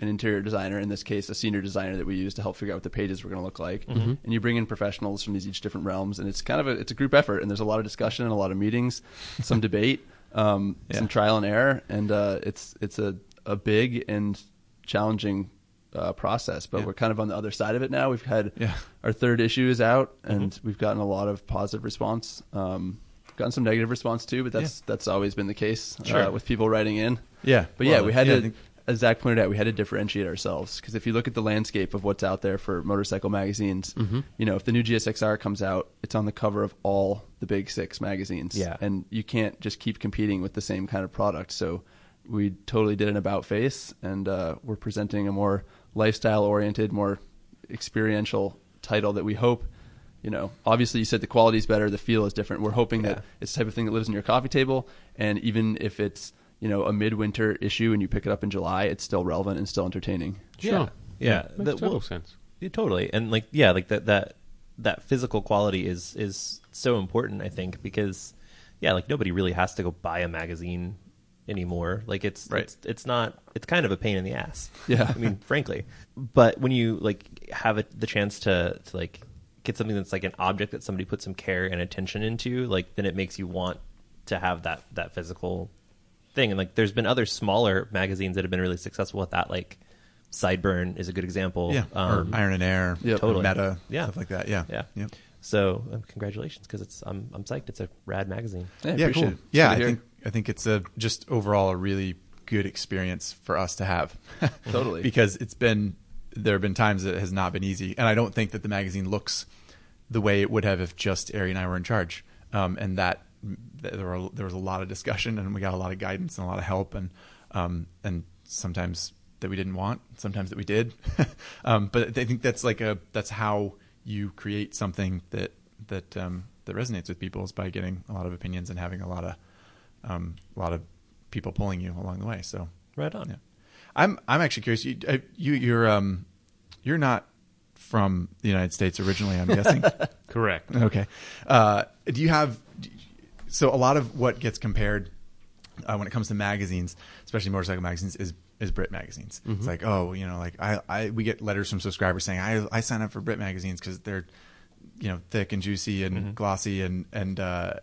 [SPEAKER 4] an interior designer, in this case, a senior designer that we use to help figure out what the pages were going to look like.
[SPEAKER 3] Mm-hmm.
[SPEAKER 4] And you bring in professionals from these each different realms, and it's kind of a, it's a group effort, and there's a lot of discussion and a lot of meetings, some debate, um,
[SPEAKER 3] Yeah.
[SPEAKER 4] some trial and error, and uh, it's it's a, a big and challenging uh, process. But
[SPEAKER 3] Yeah.
[SPEAKER 4] we're kind of on the other side of it now. We've had
[SPEAKER 3] Yeah.
[SPEAKER 4] our third issue is out,
[SPEAKER 3] Mm-hmm.
[SPEAKER 4] and we've gotten a lot of positive response. Um, gotten some negative response too, but that's that's always been the case
[SPEAKER 1] Sure.
[SPEAKER 4] uh, with people writing in.
[SPEAKER 3] Yeah.
[SPEAKER 4] but
[SPEAKER 3] Well,
[SPEAKER 4] yeah, we had
[SPEAKER 3] yeah, I
[SPEAKER 4] to.
[SPEAKER 3] think-
[SPEAKER 4] as Zach pointed out, we had to differentiate ourselves because if you look at the landscape of what's out there for motorcycle magazines,
[SPEAKER 3] Mm-hmm.
[SPEAKER 4] you know, if the new GSXR comes out, it's on the cover of all the big six magazines.
[SPEAKER 1] Yeah.
[SPEAKER 4] And you can't just keep competing with the same kind of product. So we totally did an about face and uh, we're presenting a more lifestyle oriented, more experiential title that we hope, you know, obviously you said the quality is better, the feel is different. We're hoping that it's the type of thing that lives in your coffee table. And even if it's, you know, a midwinter issue and you pick it up in July, it's still relevant and still entertaining.
[SPEAKER 2] Sure.
[SPEAKER 1] Yeah. Yeah.
[SPEAKER 2] Makes
[SPEAKER 1] That-
[SPEAKER 2] total
[SPEAKER 1] well-
[SPEAKER 2] sense.
[SPEAKER 1] Yeah, totally. And like yeah, like that that that physical quality is is so important, I think, because yeah, like nobody really has to go buy a magazine anymore. Like it's
[SPEAKER 3] Right.
[SPEAKER 1] it's it's not it's kind of a pain in the ass.
[SPEAKER 4] Yeah.
[SPEAKER 1] I mean, frankly. But when you like have a, the chance to to like get something that's like an object that somebody put some care and attention into, like then it makes you want to have that that physical thing. And like there's been other smaller magazines that have been really successful with that like Sideburn is a good example.
[SPEAKER 3] yeah,
[SPEAKER 1] Um,
[SPEAKER 3] or Iron and Air,
[SPEAKER 4] Yep.
[SPEAKER 1] Totally.
[SPEAKER 3] Meta,
[SPEAKER 1] Yeah.
[SPEAKER 3] stuff like that. Yeah,
[SPEAKER 1] Yeah.
[SPEAKER 3] Yep.
[SPEAKER 1] So um, congratulations, because it's I'm I'm psyched. It's a rad magazine.
[SPEAKER 4] Yeah,
[SPEAKER 3] yeah,
[SPEAKER 4] appreciate
[SPEAKER 3] cool.
[SPEAKER 4] it. It's
[SPEAKER 3] Yeah,
[SPEAKER 4] good to
[SPEAKER 3] I
[SPEAKER 4] hear.
[SPEAKER 3] think I think it's a just overall a really good experience for us to have.
[SPEAKER 4] Totally.
[SPEAKER 3] because it's been there have been times that it has not been easy, and I don't think that the magazine looks the way it would have if just Ari and I were in charge. Um, and that th- there were there was a lot of discussion, and we got a lot of guidance and a lot of help, and um, and sometimes that we didn't want, sometimes that we did. um, but I think that's like a that's how you create something that that um, that resonates with people is by getting a lot of opinions and having a lot of um, a lot of people pulling you along the way. So
[SPEAKER 1] Right on.
[SPEAKER 3] Yeah. I'm I'm actually curious. You uh, you you're um you're not from the United States originally. I'm guessing.
[SPEAKER 2] Correct.
[SPEAKER 3] okay. Uh, do you have do you- so a lot of what gets compared uh, when it comes to magazines, especially motorcycle magazines, is is Brit magazines.
[SPEAKER 4] Mm-hmm.
[SPEAKER 3] It's like oh you know like I, I we get letters from subscribers saying I I sign up for Brit magazines because they're you know thick and juicy and
[SPEAKER 4] Mm-hmm.
[SPEAKER 3] glossy and and uh,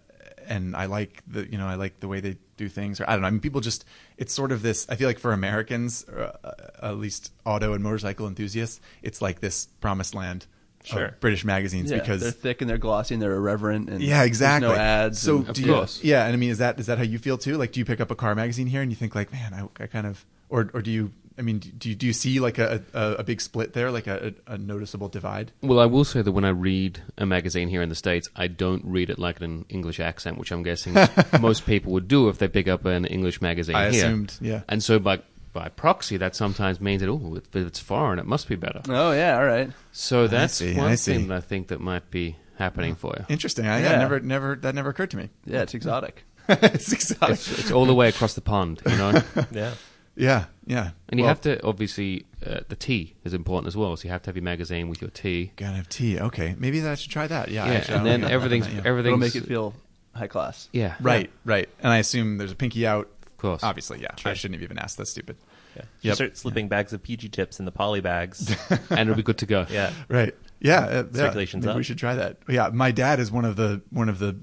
[SPEAKER 3] and I like the you know I like the way they do things or I don't know I mean people just it's sort of this I feel like for Americans or, uh, at least auto and motorcycle enthusiasts it's like this promised land of
[SPEAKER 1] Sure.
[SPEAKER 3] British magazines
[SPEAKER 4] Yeah,
[SPEAKER 3] because
[SPEAKER 4] they're thick and they're glossy and they're irreverent and
[SPEAKER 3] yeah,
[SPEAKER 4] there's
[SPEAKER 3] exactly.
[SPEAKER 4] No ads.
[SPEAKER 3] So
[SPEAKER 4] and-
[SPEAKER 2] Of
[SPEAKER 3] do you,
[SPEAKER 2] course.
[SPEAKER 3] yeah, and I mean, is that is that how you feel too? Like, do you pick up a car magazine here and you think like, man, I, I kind of, or or do you? I mean, do you, do you see like a, a a big split there, like a, a a noticeable divide?
[SPEAKER 2] Well, I will say that when I read a magazine here in the States, I don't read it like an English accent, which I'm guessing most people would do if they pick up an English magazine
[SPEAKER 3] I
[SPEAKER 2] here.
[SPEAKER 3] assumed, yeah.
[SPEAKER 2] And so by by proxy, that sometimes means that, oh, if it's foreign, it must be better.
[SPEAKER 4] oh yeah, all right.
[SPEAKER 2] So that's
[SPEAKER 3] see,
[SPEAKER 2] one
[SPEAKER 3] I see.
[SPEAKER 2] thing that I think that might be happening for you.
[SPEAKER 3] Interesting. I, I
[SPEAKER 4] Yeah.
[SPEAKER 3] never never that never occurred to me.
[SPEAKER 4] Yeah, it's exotic.
[SPEAKER 3] it's exotic.
[SPEAKER 2] It's, it's all the way across the pond, you know?
[SPEAKER 1] Yeah.
[SPEAKER 3] yeah, yeah.
[SPEAKER 2] And you
[SPEAKER 3] Well,
[SPEAKER 2] have to, obviously, uh, the tea is important as well. So you have to have your magazine with your tea.
[SPEAKER 3] gotta have tea. Okay, maybe I should try that. Yeah,
[SPEAKER 2] Yeah,
[SPEAKER 3] actually, I
[SPEAKER 2] and then
[SPEAKER 3] don't think I-
[SPEAKER 2] everything's,
[SPEAKER 3] yeah.
[SPEAKER 2] everything's.
[SPEAKER 4] It'll make it feel high class.
[SPEAKER 2] Yeah.
[SPEAKER 3] right, right. And I assume there's a pinky out. Of
[SPEAKER 2] course.
[SPEAKER 3] obviously, yeah. I shouldn't have even asked. That's stupid.
[SPEAKER 1] Yeah. You
[SPEAKER 3] Yep.
[SPEAKER 1] start slipping bags of PG tips in the poly bags.
[SPEAKER 2] And it'll be good to go.
[SPEAKER 1] yeah.
[SPEAKER 3] Right. Yeah. uh, yeah.
[SPEAKER 1] Circulation's
[SPEAKER 3] Maybe
[SPEAKER 1] up.
[SPEAKER 3] We should try that. Yeah. My dad is one of the one of the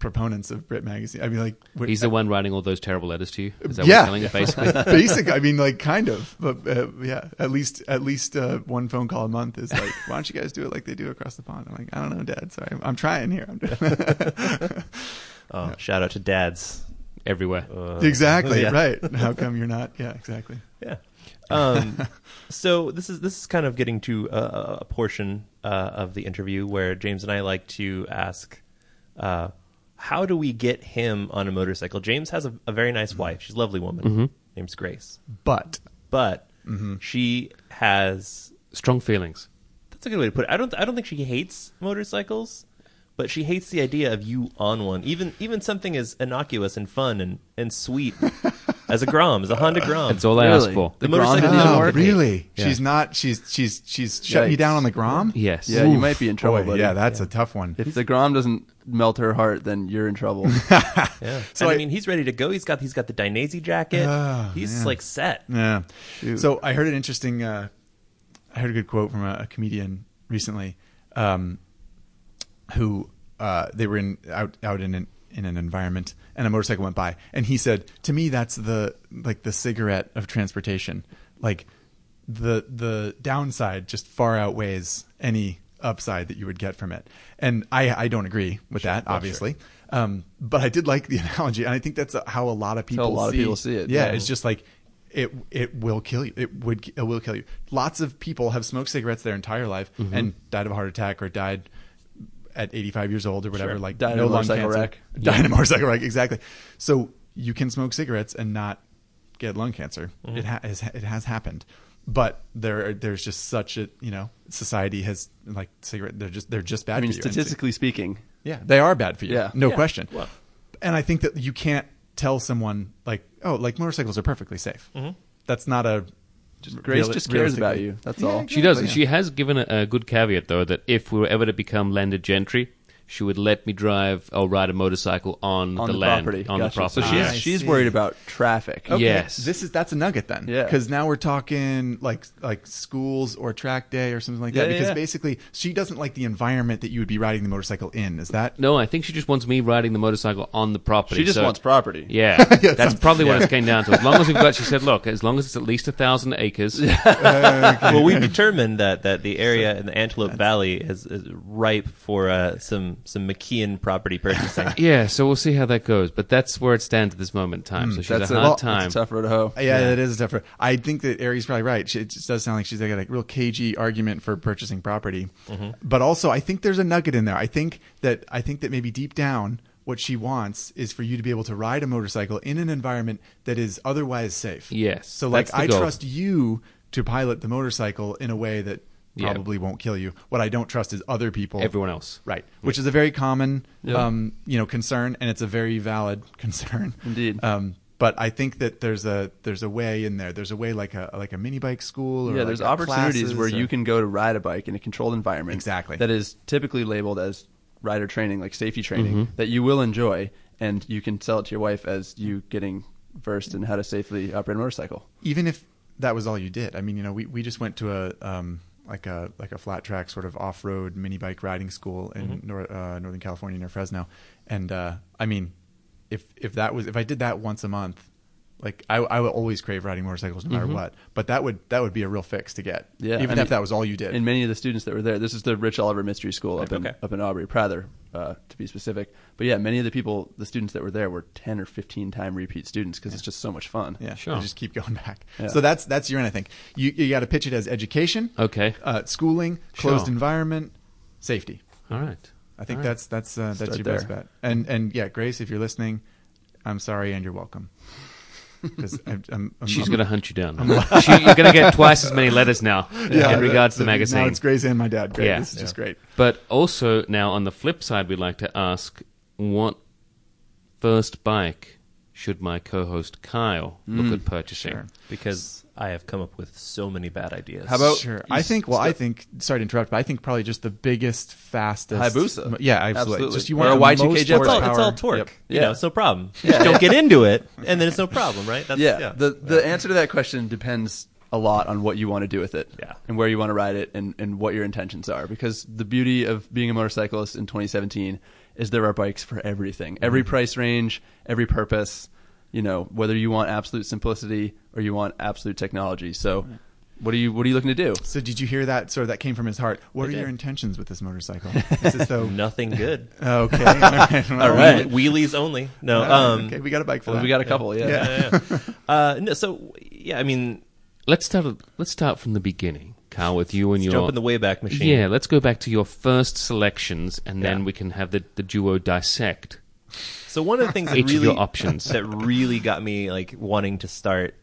[SPEAKER 3] proponents of Brit magazine. I mean, like what-
[SPEAKER 2] He's the one writing all those terrible letters to you. Is that
[SPEAKER 3] Yeah.
[SPEAKER 2] what you're telling us, basically?
[SPEAKER 3] Basic. I mean, like kind of. But uh, yeah, at least at least uh, one phone call a month is like, why don't you guys do it like they do across the pond? I'm like, I don't know, Dad. Sorry, I'm, I'm trying here. I'm doing
[SPEAKER 1] Oh, shout out to dads.
[SPEAKER 2] Everywhere.
[SPEAKER 3] Uh, exactly
[SPEAKER 1] yeah.
[SPEAKER 3] right. How come you're not? Yeah, exactly.
[SPEAKER 1] Yeah. Um, so this is this is kind of getting to a, a portion uh, of the interview where James and I like to ask, uh, how do we get him on a motorcycle? James has a, a very nice
[SPEAKER 3] Mm-hmm.
[SPEAKER 1] wife. She's a lovely woman. Name's Grace.
[SPEAKER 3] But
[SPEAKER 1] But
[SPEAKER 3] Mm-hmm.
[SPEAKER 1] she has
[SPEAKER 2] Strong feelings.
[SPEAKER 1] that's a good way to put it. I don't I don't think she hates motorcycles, but she hates the idea of you on one. Even even something as innocuous and fun and, and sweet as a Grom, as a Honda Grom.
[SPEAKER 2] That's all I
[SPEAKER 4] Really?
[SPEAKER 2] asked for.
[SPEAKER 1] the
[SPEAKER 4] The
[SPEAKER 1] motorcycle
[SPEAKER 4] Grom didn't
[SPEAKER 1] didn't
[SPEAKER 3] Oh,
[SPEAKER 1] work.
[SPEAKER 3] really?
[SPEAKER 2] Yeah.
[SPEAKER 3] She's not. She's she's she's shutting you
[SPEAKER 4] Yikes.
[SPEAKER 3] down on the Grom.
[SPEAKER 2] Yes.
[SPEAKER 4] Yeah, you might be in trouble,
[SPEAKER 3] Boy,
[SPEAKER 4] buddy.
[SPEAKER 3] yeah, that's a tough one.
[SPEAKER 4] If the Grom doesn't melt her heart, then you're in trouble.
[SPEAKER 1] Yeah. So
[SPEAKER 3] So
[SPEAKER 1] I,
[SPEAKER 3] I-
[SPEAKER 1] mean, he's ready to go. He's got he's got the Dainese jacket.
[SPEAKER 3] Oh,
[SPEAKER 1] he's
[SPEAKER 3] man.
[SPEAKER 1] like set.
[SPEAKER 3] Yeah.
[SPEAKER 4] Shoot.
[SPEAKER 3] So I heard an interesting. Uh, I heard a good quote from a, a comedian recently, um, who uh, they were in out out in an, in an environment, and a motorcycle went by, and he said, "To me, that's the like the cigarette of transportation. Like the the downside just far outweighs any." upside that you would get from it and i i don't agree with that
[SPEAKER 4] Oh,
[SPEAKER 3] obviously um but i did like the analogy and i think that's how a lot of people
[SPEAKER 4] how a lot of people see it,
[SPEAKER 3] yeah
[SPEAKER 4] yeah.
[SPEAKER 3] it's just like it it will kill you. It would it will kill you. Lots of people have smoked cigarettes their entire life
[SPEAKER 4] Mm-hmm.
[SPEAKER 3] and died of a heart attack or died at 85 years old or whatever.
[SPEAKER 1] Sure.
[SPEAKER 3] Like
[SPEAKER 4] Died in
[SPEAKER 3] no
[SPEAKER 4] a
[SPEAKER 3] lung
[SPEAKER 4] motorcycle
[SPEAKER 3] cancer.
[SPEAKER 4] wreck.
[SPEAKER 3] Died in a motorcycle wreck. Exactly. So you can smoke cigarettes and not get lung cancer.
[SPEAKER 4] Mm-hmm.
[SPEAKER 3] It ha- has it has happened. But there are, there's just such a you know society has like cigarette they're just they're just bad.
[SPEAKER 4] I mean,
[SPEAKER 3] for you. And it's-
[SPEAKER 4] statistically speaking,
[SPEAKER 3] yeah, they are bad for you.
[SPEAKER 4] Yeah.
[SPEAKER 3] No
[SPEAKER 1] Yeah.
[SPEAKER 3] question.
[SPEAKER 1] Well-
[SPEAKER 3] and I think that you can't tell someone like, oh, like motorcycles are perfectly safe.
[SPEAKER 4] Mm-hmm.
[SPEAKER 3] That's not a
[SPEAKER 4] Just- Grace just cares about you. That's all.
[SPEAKER 2] She does.
[SPEAKER 3] not
[SPEAKER 2] She has given a, a good caveat, though, that if we were ever to become landed gentry, she would let me drive or ride a motorcycle on,
[SPEAKER 4] on
[SPEAKER 2] the,
[SPEAKER 4] the,
[SPEAKER 2] land,
[SPEAKER 4] property.
[SPEAKER 2] on
[SPEAKER 4] Gotcha.
[SPEAKER 2] the property.
[SPEAKER 4] So
[SPEAKER 3] she
[SPEAKER 4] she's
[SPEAKER 3] is-
[SPEAKER 2] yeah.
[SPEAKER 3] I
[SPEAKER 4] she's
[SPEAKER 3] see.
[SPEAKER 4] worried about traffic.
[SPEAKER 2] Okay. Yes.
[SPEAKER 3] This is that's a nugget then.
[SPEAKER 4] Yeah.
[SPEAKER 3] Because now we're talking like like schools or track day or something like that.
[SPEAKER 4] Yeah, yeah,
[SPEAKER 3] because
[SPEAKER 4] yeah.
[SPEAKER 3] basically she doesn't like the environment that you would be riding the motorcycle in. Is that
[SPEAKER 2] No, I think she just wants me riding the motorcycle on the property.
[SPEAKER 4] She just
[SPEAKER 2] So-
[SPEAKER 4] wants property.
[SPEAKER 2] Yeah, that's probably what it came down to. As long as we've got, she said, look, as long as it's at least a thousand acres,
[SPEAKER 1] well, we've determined that that the area in the Antelope Valley is, is ripe for uh, some some McKeon property purchasing.
[SPEAKER 2] yeah. So we'll see how that goes. But that's where it stands at this moment in time. so she's
[SPEAKER 4] Hmm, That's
[SPEAKER 2] a hard
[SPEAKER 4] well,
[SPEAKER 2] time.
[SPEAKER 4] It's a tough road to hoe.
[SPEAKER 2] Oh,
[SPEAKER 3] yeah, that is a tough. one. I think that Ari's probably right. She, it just does sound like she's got a real cagey argument for purchasing property,
[SPEAKER 2] Mm-hmm.
[SPEAKER 3] but also I think there's a nugget in there. I think that I think that maybe deep down, what she wants is for you to be able to ride a motorcycle in an environment that is otherwise safe.
[SPEAKER 2] Yes,
[SPEAKER 3] So
[SPEAKER 2] that's the
[SPEAKER 3] like I
[SPEAKER 2] goal.
[SPEAKER 3] trust you to pilot the motorcycle in a way that
[SPEAKER 2] Yeah.
[SPEAKER 3] probably won't kill you. What I don't trust is other people.
[SPEAKER 2] Everyone else.
[SPEAKER 3] Right. Which is a very common,
[SPEAKER 4] Yeah.
[SPEAKER 3] um, you know, concern, and it's a very valid concern.
[SPEAKER 4] Indeed.
[SPEAKER 3] Um, but I think that there's a there's a way in there. There's a way like a like a mini bike school. Or
[SPEAKER 4] Yeah, there's
[SPEAKER 3] like a
[SPEAKER 4] opportunities
[SPEAKER 3] classes
[SPEAKER 4] where
[SPEAKER 3] or-
[SPEAKER 4] you can go to ride a bike in a controlled environment.
[SPEAKER 3] Exactly.
[SPEAKER 4] That is typically labeled as rider training, like safety training,
[SPEAKER 3] Mm-hmm.
[SPEAKER 4] that you will enjoy, and you can sell it to your wife as you getting versed in how to safely operate a motorcycle.
[SPEAKER 3] even if that was all you did. I mean, you know, we, we just went to a um, like a like a flat track sort of off road mini bike riding school in
[SPEAKER 4] Mm-hmm.
[SPEAKER 3] nor- uh, Northern California near Fresno, and uh, I mean, if if that was if I did that once a month, like I I would always crave riding motorcycles no matter what. But that would that would be a real fix to get.
[SPEAKER 4] Mm-hmm. Yeah,
[SPEAKER 3] even
[SPEAKER 4] I
[SPEAKER 3] if
[SPEAKER 4] mean,
[SPEAKER 3] that was all you did.
[SPEAKER 4] And many of the students that were there, this is the Rich Oliver Mystery School up in,
[SPEAKER 1] Okay.
[SPEAKER 4] up in Aubrey Prather, uh, to be specific. But yeah, many of the people, the students that were there, were ten or fifteen time repeat students because it's just so much fun.
[SPEAKER 3] Yeah,
[SPEAKER 2] Sure.
[SPEAKER 3] they Just keep going back.
[SPEAKER 4] Yeah.
[SPEAKER 3] So that's that's your end. I think you you got to pitch it as education,
[SPEAKER 2] Okay.
[SPEAKER 3] uh, schooling, closed
[SPEAKER 2] Sure.
[SPEAKER 3] environment, safety.
[SPEAKER 2] All right.
[SPEAKER 3] I think
[SPEAKER 2] All right.
[SPEAKER 3] that's that's uh, that's
[SPEAKER 4] Start
[SPEAKER 3] your best
[SPEAKER 4] there.
[SPEAKER 3] bet. And and yeah, Grace, if you're listening, I'm sorry and you're welcome. 'Cause I'm, I'm- I'm-
[SPEAKER 2] She's
[SPEAKER 3] I'm-
[SPEAKER 2] going to hunt you down. she, you're going to get twice as many letters now
[SPEAKER 3] Yeah,
[SPEAKER 2] in regards to the
[SPEAKER 3] that- Now
[SPEAKER 2] magazine.
[SPEAKER 3] it's Grace and my dad. Great,
[SPEAKER 2] Yeah.
[SPEAKER 3] this is just
[SPEAKER 2] Yeah.
[SPEAKER 3] great.
[SPEAKER 2] But also now on the flip side, we'd like to ask what first bike should my co-host Kyle look at purchasing?
[SPEAKER 3] Sure.
[SPEAKER 1] Because I have come up with so many bad ideas.
[SPEAKER 4] How about-
[SPEAKER 3] sure.
[SPEAKER 4] you
[SPEAKER 3] I think. Well,
[SPEAKER 4] still-
[SPEAKER 3] I think. Sorry to interrupt, but I think probably just the biggest, fastest
[SPEAKER 4] Hayabusa.
[SPEAKER 3] Yeah, absolutely.
[SPEAKER 4] Absolutely.
[SPEAKER 3] Just you
[SPEAKER 4] Or
[SPEAKER 3] want
[SPEAKER 4] a
[SPEAKER 3] the
[SPEAKER 4] Y2K
[SPEAKER 3] most
[SPEAKER 4] jet
[SPEAKER 1] it's all, it's
[SPEAKER 3] horsepower.
[SPEAKER 1] all torque.
[SPEAKER 4] Yep.
[SPEAKER 1] You know,
[SPEAKER 4] Yeah.
[SPEAKER 1] it's no problem. You just don't get into it, and then it's no problem, right? That's,
[SPEAKER 4] yeah, The the answer to that question depends a lot on what you want to do with it.
[SPEAKER 1] Yeah.
[SPEAKER 4] And where you want to ride it and, and what your intentions are. Because the beauty of being a motorcyclist in twenty seventeen is there are bikes for everything. Every price range, every purpose, you know, whether you want absolute simplicity or you want absolute technology. So what are you what are you looking to do?
[SPEAKER 3] So did you hear that? Sort of that came from his heart. What are
[SPEAKER 4] did.
[SPEAKER 3] your intentions with this motorcycle? It's as though
[SPEAKER 1] nothing good.
[SPEAKER 3] Okay. All right.
[SPEAKER 4] All right.
[SPEAKER 1] Wheelies only. No. Um,
[SPEAKER 3] okay. We got a bike for
[SPEAKER 4] Well,
[SPEAKER 3] that.
[SPEAKER 4] we got a couple, yeah.
[SPEAKER 1] yeah, yeah. Uh, no. So yeah, I mean,
[SPEAKER 2] Let's start. Let's start from the beginning, Kyle, with you and
[SPEAKER 1] let's
[SPEAKER 2] your
[SPEAKER 1] jump in the Wayback Machine.
[SPEAKER 2] Yeah, let's go back to your first selections, and then
[SPEAKER 1] Yeah.
[SPEAKER 2] we can have the, the duo dissect
[SPEAKER 1] So one of the things that
[SPEAKER 2] Each of
[SPEAKER 1] really
[SPEAKER 2] your options.
[SPEAKER 1] that really got me like wanting to start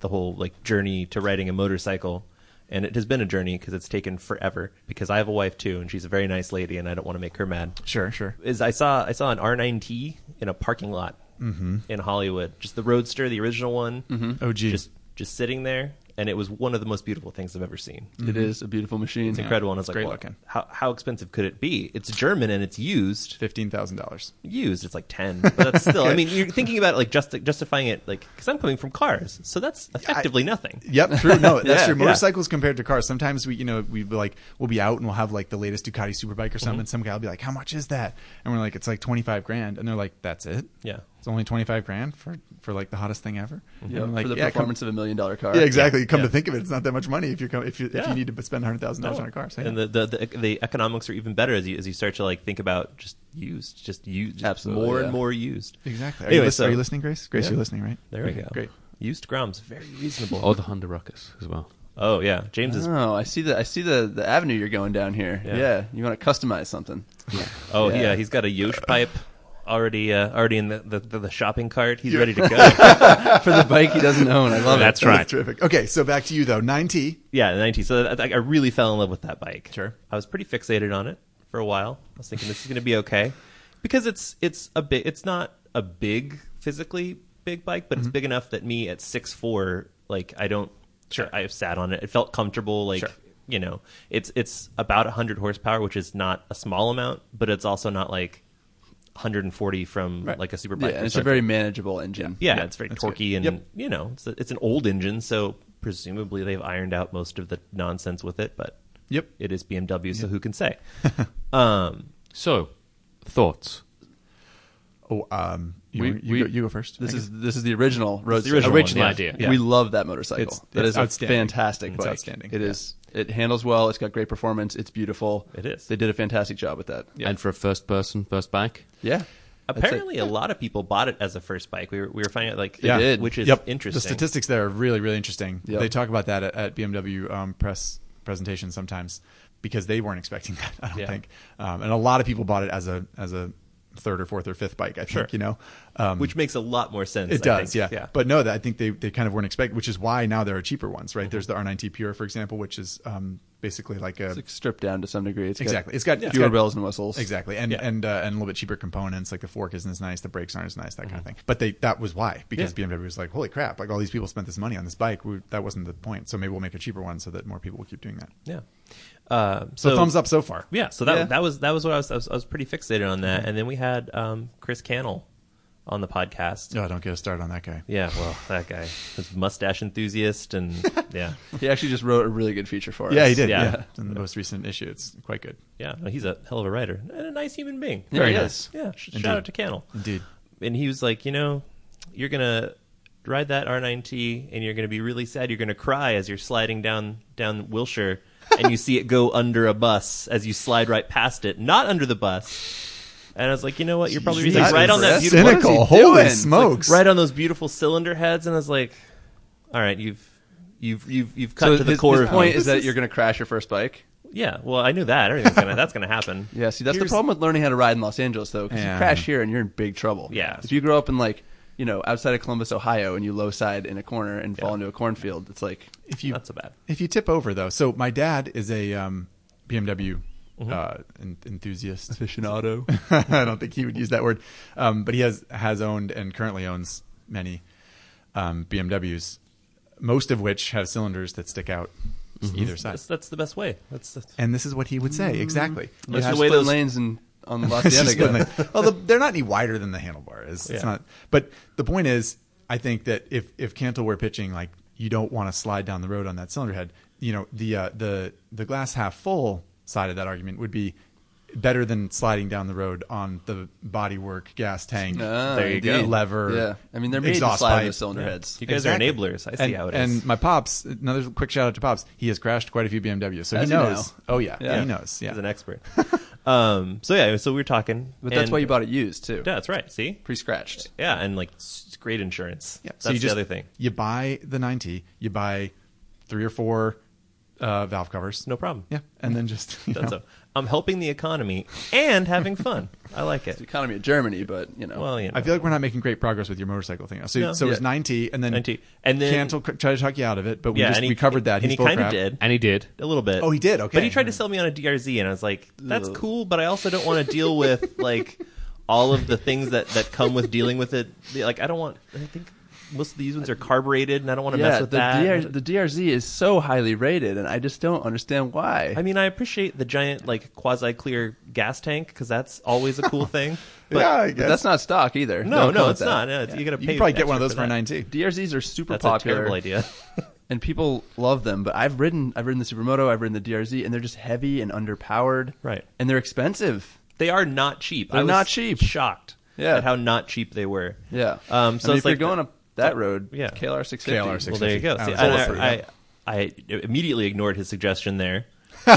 [SPEAKER 1] the whole like journey to riding a motorcycle, and it has been a journey because it's taken forever. Because I have a wife too, and she's a very nice lady, and I don't want to make her mad.
[SPEAKER 3] Sure, sure.
[SPEAKER 1] Is I saw I saw an R9T in a parking lot
[SPEAKER 3] Mm-hmm.
[SPEAKER 1] in Hollywood, just the Roadster, the original one,
[SPEAKER 3] OG.
[SPEAKER 1] just just sitting there, and it was one of the most beautiful things I've ever seen.
[SPEAKER 4] It is a beautiful machine.
[SPEAKER 1] It's incredible, and it's like,
[SPEAKER 3] Mm-hmm. great
[SPEAKER 1] well,
[SPEAKER 3] looking.
[SPEAKER 1] how how expensive could it be? It's German and it's used
[SPEAKER 3] Fifteen thousand dollars.
[SPEAKER 1] used it's like 10 but that's still i mean you're thinking about it like justi- justifying it like because i'm coming from cars so that's effectively nothing
[SPEAKER 3] Yep, true. No, that's
[SPEAKER 1] Yeah,
[SPEAKER 3] true.
[SPEAKER 1] yeah.
[SPEAKER 3] Motorcycles compared to cars. Sometimes we, you know, we be like we'll be out and we'll have like the latest Ducati Superbike or something, and some guy will be like, "How much is that?" And we're like, "It's like twenty five grand," and they're like, "That's it?
[SPEAKER 1] Yeah.
[SPEAKER 3] it's only twenty five grand for for like the hottest thing ever." And
[SPEAKER 4] Yeah,
[SPEAKER 3] I'm like,
[SPEAKER 4] for the
[SPEAKER 3] yeah, come-
[SPEAKER 4] performance of a million dollar car.
[SPEAKER 3] Yeah, exactly. Come
[SPEAKER 1] yeah.
[SPEAKER 3] to think of it, it's not that much money if you're com- if you if
[SPEAKER 1] Yeah.
[SPEAKER 3] you need to spend hundred thousand dollars on a car. So, yeah.
[SPEAKER 1] and the, the the the economics are even better as you as you start to like think about just used just used just
[SPEAKER 4] Absolutely,
[SPEAKER 1] more
[SPEAKER 4] yeah.
[SPEAKER 1] and more used
[SPEAKER 3] exactly. Are,
[SPEAKER 1] Anyway,
[SPEAKER 3] you, lis-
[SPEAKER 1] so-
[SPEAKER 3] are you listening, Grace? Grace,
[SPEAKER 1] Yeah.
[SPEAKER 3] you're listening, right?
[SPEAKER 1] there we
[SPEAKER 3] Okay,
[SPEAKER 1] go
[SPEAKER 3] Great.
[SPEAKER 1] used groms very reasonable
[SPEAKER 2] Or the Honda Ruckus as well.
[SPEAKER 1] oh yeah james is
[SPEAKER 4] Oh, I see the I see the, the avenue you're going down here.
[SPEAKER 1] Yeah.
[SPEAKER 4] Yeah, you want to customize something.
[SPEAKER 1] oh yeah.
[SPEAKER 4] Yeah.
[SPEAKER 1] he's got a yosh pipe already uh, already in the, the, the, the shopping cart he's ready to go
[SPEAKER 4] for the bike he doesn't own. I love it.
[SPEAKER 1] that's right
[SPEAKER 3] That's terrific. Okay, so back to you though. Nine T.
[SPEAKER 1] Yeah, the 90. So I, I really fell in love with that bike.
[SPEAKER 3] Sure.
[SPEAKER 1] I was pretty fixated on it for a while. I was thinking this is going to be okay because it's it's a bit it's not a big physically big bike, but
[SPEAKER 3] Mm-hmm.
[SPEAKER 1] it's big enough that me at six four like I don't
[SPEAKER 3] Sure.
[SPEAKER 1] I, have sat on it. It felt comfortable like
[SPEAKER 3] Sure.
[SPEAKER 1] you know. It's it's about 100 horsepower, which is not a small amount, but it's also not like 140 from
[SPEAKER 4] Right.
[SPEAKER 1] like a super
[SPEAKER 4] Yeah,
[SPEAKER 1] bike.
[SPEAKER 4] and it's a very manageable engine.
[SPEAKER 1] Yeah, it's very
[SPEAKER 3] that's
[SPEAKER 1] torquey, and
[SPEAKER 3] good. Yep.
[SPEAKER 1] you know, it's, a, it's an old engine, so presumably they've ironed out most of the nonsense with it. But
[SPEAKER 3] Yep.
[SPEAKER 1] it is BMW, so who can say? um,
[SPEAKER 2] So, thoughts.
[SPEAKER 3] Oh, um, you,
[SPEAKER 2] We-
[SPEAKER 3] you,
[SPEAKER 2] we-
[SPEAKER 3] go, you go first.
[SPEAKER 4] This
[SPEAKER 3] I
[SPEAKER 4] is this is the original roadster.
[SPEAKER 1] original
[SPEAKER 2] Original one, yeah. idea,
[SPEAKER 1] yeah.
[SPEAKER 4] We love that motorcycle.
[SPEAKER 3] It's-
[SPEAKER 4] that
[SPEAKER 3] it's
[SPEAKER 4] is a
[SPEAKER 3] outstanding.
[SPEAKER 4] fantastic
[SPEAKER 3] It's
[SPEAKER 4] bike.
[SPEAKER 3] outstanding,
[SPEAKER 4] It
[SPEAKER 3] yeah.
[SPEAKER 4] is- It handles well. It's got great performance. It's beautiful.
[SPEAKER 1] It is.
[SPEAKER 4] They did a fantastic job with that.
[SPEAKER 2] And for a first person, first bike,
[SPEAKER 4] Yeah. That's it.
[SPEAKER 1] apparently, a lot of people bought it as a first bike. We were, we were finding out like
[SPEAKER 4] Yeah. did.
[SPEAKER 1] which is
[SPEAKER 3] Yep.
[SPEAKER 1] interesting.
[SPEAKER 3] The statistics there are really, really interesting.
[SPEAKER 4] Yep.
[SPEAKER 3] They talk about that at, at BMW um, press presentations sometimes because they weren't expecting that. I don't
[SPEAKER 1] Yeah.
[SPEAKER 3] think, um, and a lot of people bought it as a as a third or fourth or fifth bike. I think
[SPEAKER 1] Sure.
[SPEAKER 3] you know, um,
[SPEAKER 1] which makes a lot more sense.
[SPEAKER 3] it
[SPEAKER 1] I
[SPEAKER 3] does,
[SPEAKER 1] think.
[SPEAKER 3] yeah.
[SPEAKER 1] yeah.
[SPEAKER 3] But no, that I think they, they kind of weren't expecting, which is why now there are cheaper ones,
[SPEAKER 1] Mm-hmm.
[SPEAKER 3] right? There's the R9T Pure, for example, which is um, basically like a
[SPEAKER 4] It's like stripped down to some degree. It's got
[SPEAKER 3] exactly. It's got it's
[SPEAKER 4] fewer
[SPEAKER 3] got-
[SPEAKER 4] bells and whistles.
[SPEAKER 3] Exactly, and
[SPEAKER 1] Yeah.
[SPEAKER 3] and uh, and a little bit cheaper components. Like the fork isn't as nice, the brakes aren't as nice, that kind of thing. But they that was why because
[SPEAKER 1] Yeah.
[SPEAKER 3] BMW was like, holy crap! Like all these people spent this money on this bike. We, that wasn't the point. So maybe we'll make a cheaper one so that more people will keep doing that.
[SPEAKER 1] yeah. Uh,
[SPEAKER 3] So,
[SPEAKER 1] so,
[SPEAKER 3] thumbs up so far.
[SPEAKER 1] Yeah. So that
[SPEAKER 4] Yeah.
[SPEAKER 1] that was that was what I was, I was I was pretty fixated on
[SPEAKER 3] Mm-hmm.
[SPEAKER 1] that, and then we had um, Chris Cannell on the podcast.
[SPEAKER 3] Oh, don't get us started on that guy.
[SPEAKER 1] Yeah, well, that guy, his mustache enthusiast, and yeah,
[SPEAKER 4] He actually just wrote a really good feature for us.
[SPEAKER 3] Yeah, he did.
[SPEAKER 1] Yeah.
[SPEAKER 3] Yeah, It's in the most recent issue, it's quite good.
[SPEAKER 1] Yeah, no, he's a hell of a writer and a nice human being.
[SPEAKER 4] Yeah,
[SPEAKER 1] Very
[SPEAKER 4] he
[SPEAKER 1] nice.
[SPEAKER 4] is.
[SPEAKER 1] Yeah, sh-
[SPEAKER 3] Indeed.
[SPEAKER 1] shout out to Cannell.
[SPEAKER 3] Indeed.
[SPEAKER 1] And he was like, you know, you're gonna ride that R9T, and you're gonna be really sad. You're gonna cry as you're sliding down down Wilshire, and you see it go under a bus as you slide right past it, not under the bus. And I was like, you know what? You're probably
[SPEAKER 4] Jeez,
[SPEAKER 1] like,
[SPEAKER 4] that
[SPEAKER 1] right on that
[SPEAKER 4] is
[SPEAKER 1] beautiful,
[SPEAKER 4] cynic-
[SPEAKER 3] cynical.
[SPEAKER 4] what is he
[SPEAKER 3] Holy
[SPEAKER 4] doing? It's like
[SPEAKER 3] smokes!
[SPEAKER 1] right on those beautiful cylinder heads. And I was like, all right, you've you've you've you've cut
[SPEAKER 4] So
[SPEAKER 1] to the
[SPEAKER 4] his,
[SPEAKER 1] core.
[SPEAKER 4] his
[SPEAKER 1] of me.
[SPEAKER 4] point is that you're going to crash your first bike.
[SPEAKER 1] yeah. Well, I knew that. Everything's gonna that's gonna happen.
[SPEAKER 4] Yeah, see, that's
[SPEAKER 3] Here's-
[SPEAKER 4] the problem with learning how to ride in Los Angeles, though, because
[SPEAKER 3] Yeah.
[SPEAKER 4] you crash here and you're in big trouble.
[SPEAKER 1] Yeah.
[SPEAKER 4] If you grow up in, like, you know, outside of Columbus, Ohio, and you low side in a corner and fall into a cornfield, it's like,
[SPEAKER 3] If you
[SPEAKER 1] Not so bad.
[SPEAKER 3] If you tip over though, so my dad is a um, BMW
[SPEAKER 1] Mm-hmm.
[SPEAKER 3] uh, en- enthusiast.
[SPEAKER 4] aficionado.
[SPEAKER 3] I don't think he would use that word, um, but he has has owned and currently owns many um, BMWs, most of which have cylinders that stick out either side.
[SPEAKER 1] That's, that's the best way. That's, that's
[SPEAKER 3] And this is what he would say exactly.
[SPEAKER 1] Yeah. That's
[SPEAKER 4] That's
[SPEAKER 1] the
[SPEAKER 4] the
[SPEAKER 1] way
[SPEAKER 4] way
[SPEAKER 1] those-
[SPEAKER 4] lanes and on the Los
[SPEAKER 3] It's
[SPEAKER 4] Angeles.
[SPEAKER 3] just been like- well, the, they're not any wider than the handlebar is.
[SPEAKER 1] Yeah.
[SPEAKER 3] It's not. But the point is, I think that if if Cantle were pitching, like you don't want to slide down the road on that cylinder head. You know, the uh, the the glass half full side of that argument would be better than sliding down the road on the bodywork gas tank.
[SPEAKER 4] Ah,
[SPEAKER 1] There you
[SPEAKER 4] indeed.
[SPEAKER 1] go.
[SPEAKER 3] Lever,
[SPEAKER 4] Yeah, I mean they're made to
[SPEAKER 3] exhaust
[SPEAKER 4] slide
[SPEAKER 3] pipe.
[SPEAKER 4] with cylinder
[SPEAKER 1] Yeah.
[SPEAKER 4] heads.
[SPEAKER 1] You guys are enablers. I see
[SPEAKER 3] and,
[SPEAKER 1] how it is.
[SPEAKER 3] and my pops, another quick shout out to pops. He has crashed quite a few BMWs, so
[SPEAKER 4] Does
[SPEAKER 3] he
[SPEAKER 4] he now?
[SPEAKER 3] knows. Oh yeah,
[SPEAKER 4] Yeah.
[SPEAKER 3] he knows. Yeah,
[SPEAKER 1] He's an expert. um, so yeah, so we were talking,
[SPEAKER 4] But that's
[SPEAKER 1] and-
[SPEAKER 4] why you bought it used too,
[SPEAKER 1] Yeah, that's right. See,
[SPEAKER 4] pre-scratched.
[SPEAKER 1] yeah, and like it's great insurance.
[SPEAKER 3] Yeah.
[SPEAKER 1] that's the other thing.
[SPEAKER 3] You buy the 90, you buy three or four uh, valve covers.
[SPEAKER 1] No problem.
[SPEAKER 3] Yeah, and then just you
[SPEAKER 1] Done
[SPEAKER 3] know,
[SPEAKER 1] so. I'm helping the economy and having fun. I like
[SPEAKER 4] It's the
[SPEAKER 1] it.
[SPEAKER 4] economy of Germany, but you know,
[SPEAKER 1] Well, you know.
[SPEAKER 3] I feel like we're not making great progress with your motorcycle thing. So,
[SPEAKER 1] No.
[SPEAKER 3] so it was
[SPEAKER 4] Yeah.
[SPEAKER 3] 9T, and then
[SPEAKER 1] 9T. And then-
[SPEAKER 3] Cantle c- tried to talk you out of it, but we
[SPEAKER 1] yeah,
[SPEAKER 3] just
[SPEAKER 1] and he,
[SPEAKER 3] we covered that.
[SPEAKER 1] And
[SPEAKER 3] He's
[SPEAKER 1] he
[SPEAKER 3] full of
[SPEAKER 1] kind of
[SPEAKER 3] crap.
[SPEAKER 1] did.
[SPEAKER 2] And he did.
[SPEAKER 1] A little bit.
[SPEAKER 3] Oh, he did? Okay.
[SPEAKER 1] But he tried to sell me on a DRZ, and I was like, "That's
[SPEAKER 4] Ugh.
[SPEAKER 1] cool," but I also don't want to deal with like all of the things that that come with dealing with it. Like, I don't want. I think most of these ones are carbureted, and I don't want to
[SPEAKER 4] yeah,
[SPEAKER 1] mess with
[SPEAKER 4] the,
[SPEAKER 1] that.
[SPEAKER 4] DR, the DRZ is so highly rated, and I just don't understand why.
[SPEAKER 1] I mean, I appreciate the giant like quasi clear gas tank because that's always a cool thing. But
[SPEAKER 3] yeah, I
[SPEAKER 4] but
[SPEAKER 3] guess.
[SPEAKER 4] that's not stock either.
[SPEAKER 1] no,
[SPEAKER 4] Don't call
[SPEAKER 1] no,
[SPEAKER 4] it
[SPEAKER 1] it's
[SPEAKER 4] that.
[SPEAKER 1] not. No, it's- You gotta
[SPEAKER 3] you
[SPEAKER 1] pay.
[SPEAKER 3] can probably get one of
[SPEAKER 1] extra
[SPEAKER 3] those for
[SPEAKER 1] that.
[SPEAKER 3] 9T.
[SPEAKER 4] DRZs are super
[SPEAKER 1] That's
[SPEAKER 4] popular,
[SPEAKER 1] a terrible idea.
[SPEAKER 4] and people love them. But I've ridden, I've ridden the Supermoto, I've ridden the DRZ, and they're just heavy and underpowered,
[SPEAKER 1] Right.
[SPEAKER 4] And they're expensive.
[SPEAKER 1] They are not cheap.
[SPEAKER 4] They're
[SPEAKER 1] I was
[SPEAKER 4] not cheap.
[SPEAKER 1] Shocked
[SPEAKER 4] Yeah.
[SPEAKER 1] at how not cheap they were.
[SPEAKER 4] Yeah.
[SPEAKER 1] Um,
[SPEAKER 4] I
[SPEAKER 1] so
[SPEAKER 4] mean,
[SPEAKER 1] it's
[SPEAKER 4] if
[SPEAKER 1] like
[SPEAKER 4] you're going up that road,
[SPEAKER 1] yeah.
[SPEAKER 4] KLR 650.
[SPEAKER 3] KLR
[SPEAKER 1] Well, there you go. See,
[SPEAKER 3] I was
[SPEAKER 1] I,
[SPEAKER 3] also-
[SPEAKER 1] I, I, I immediately ignored his suggestion there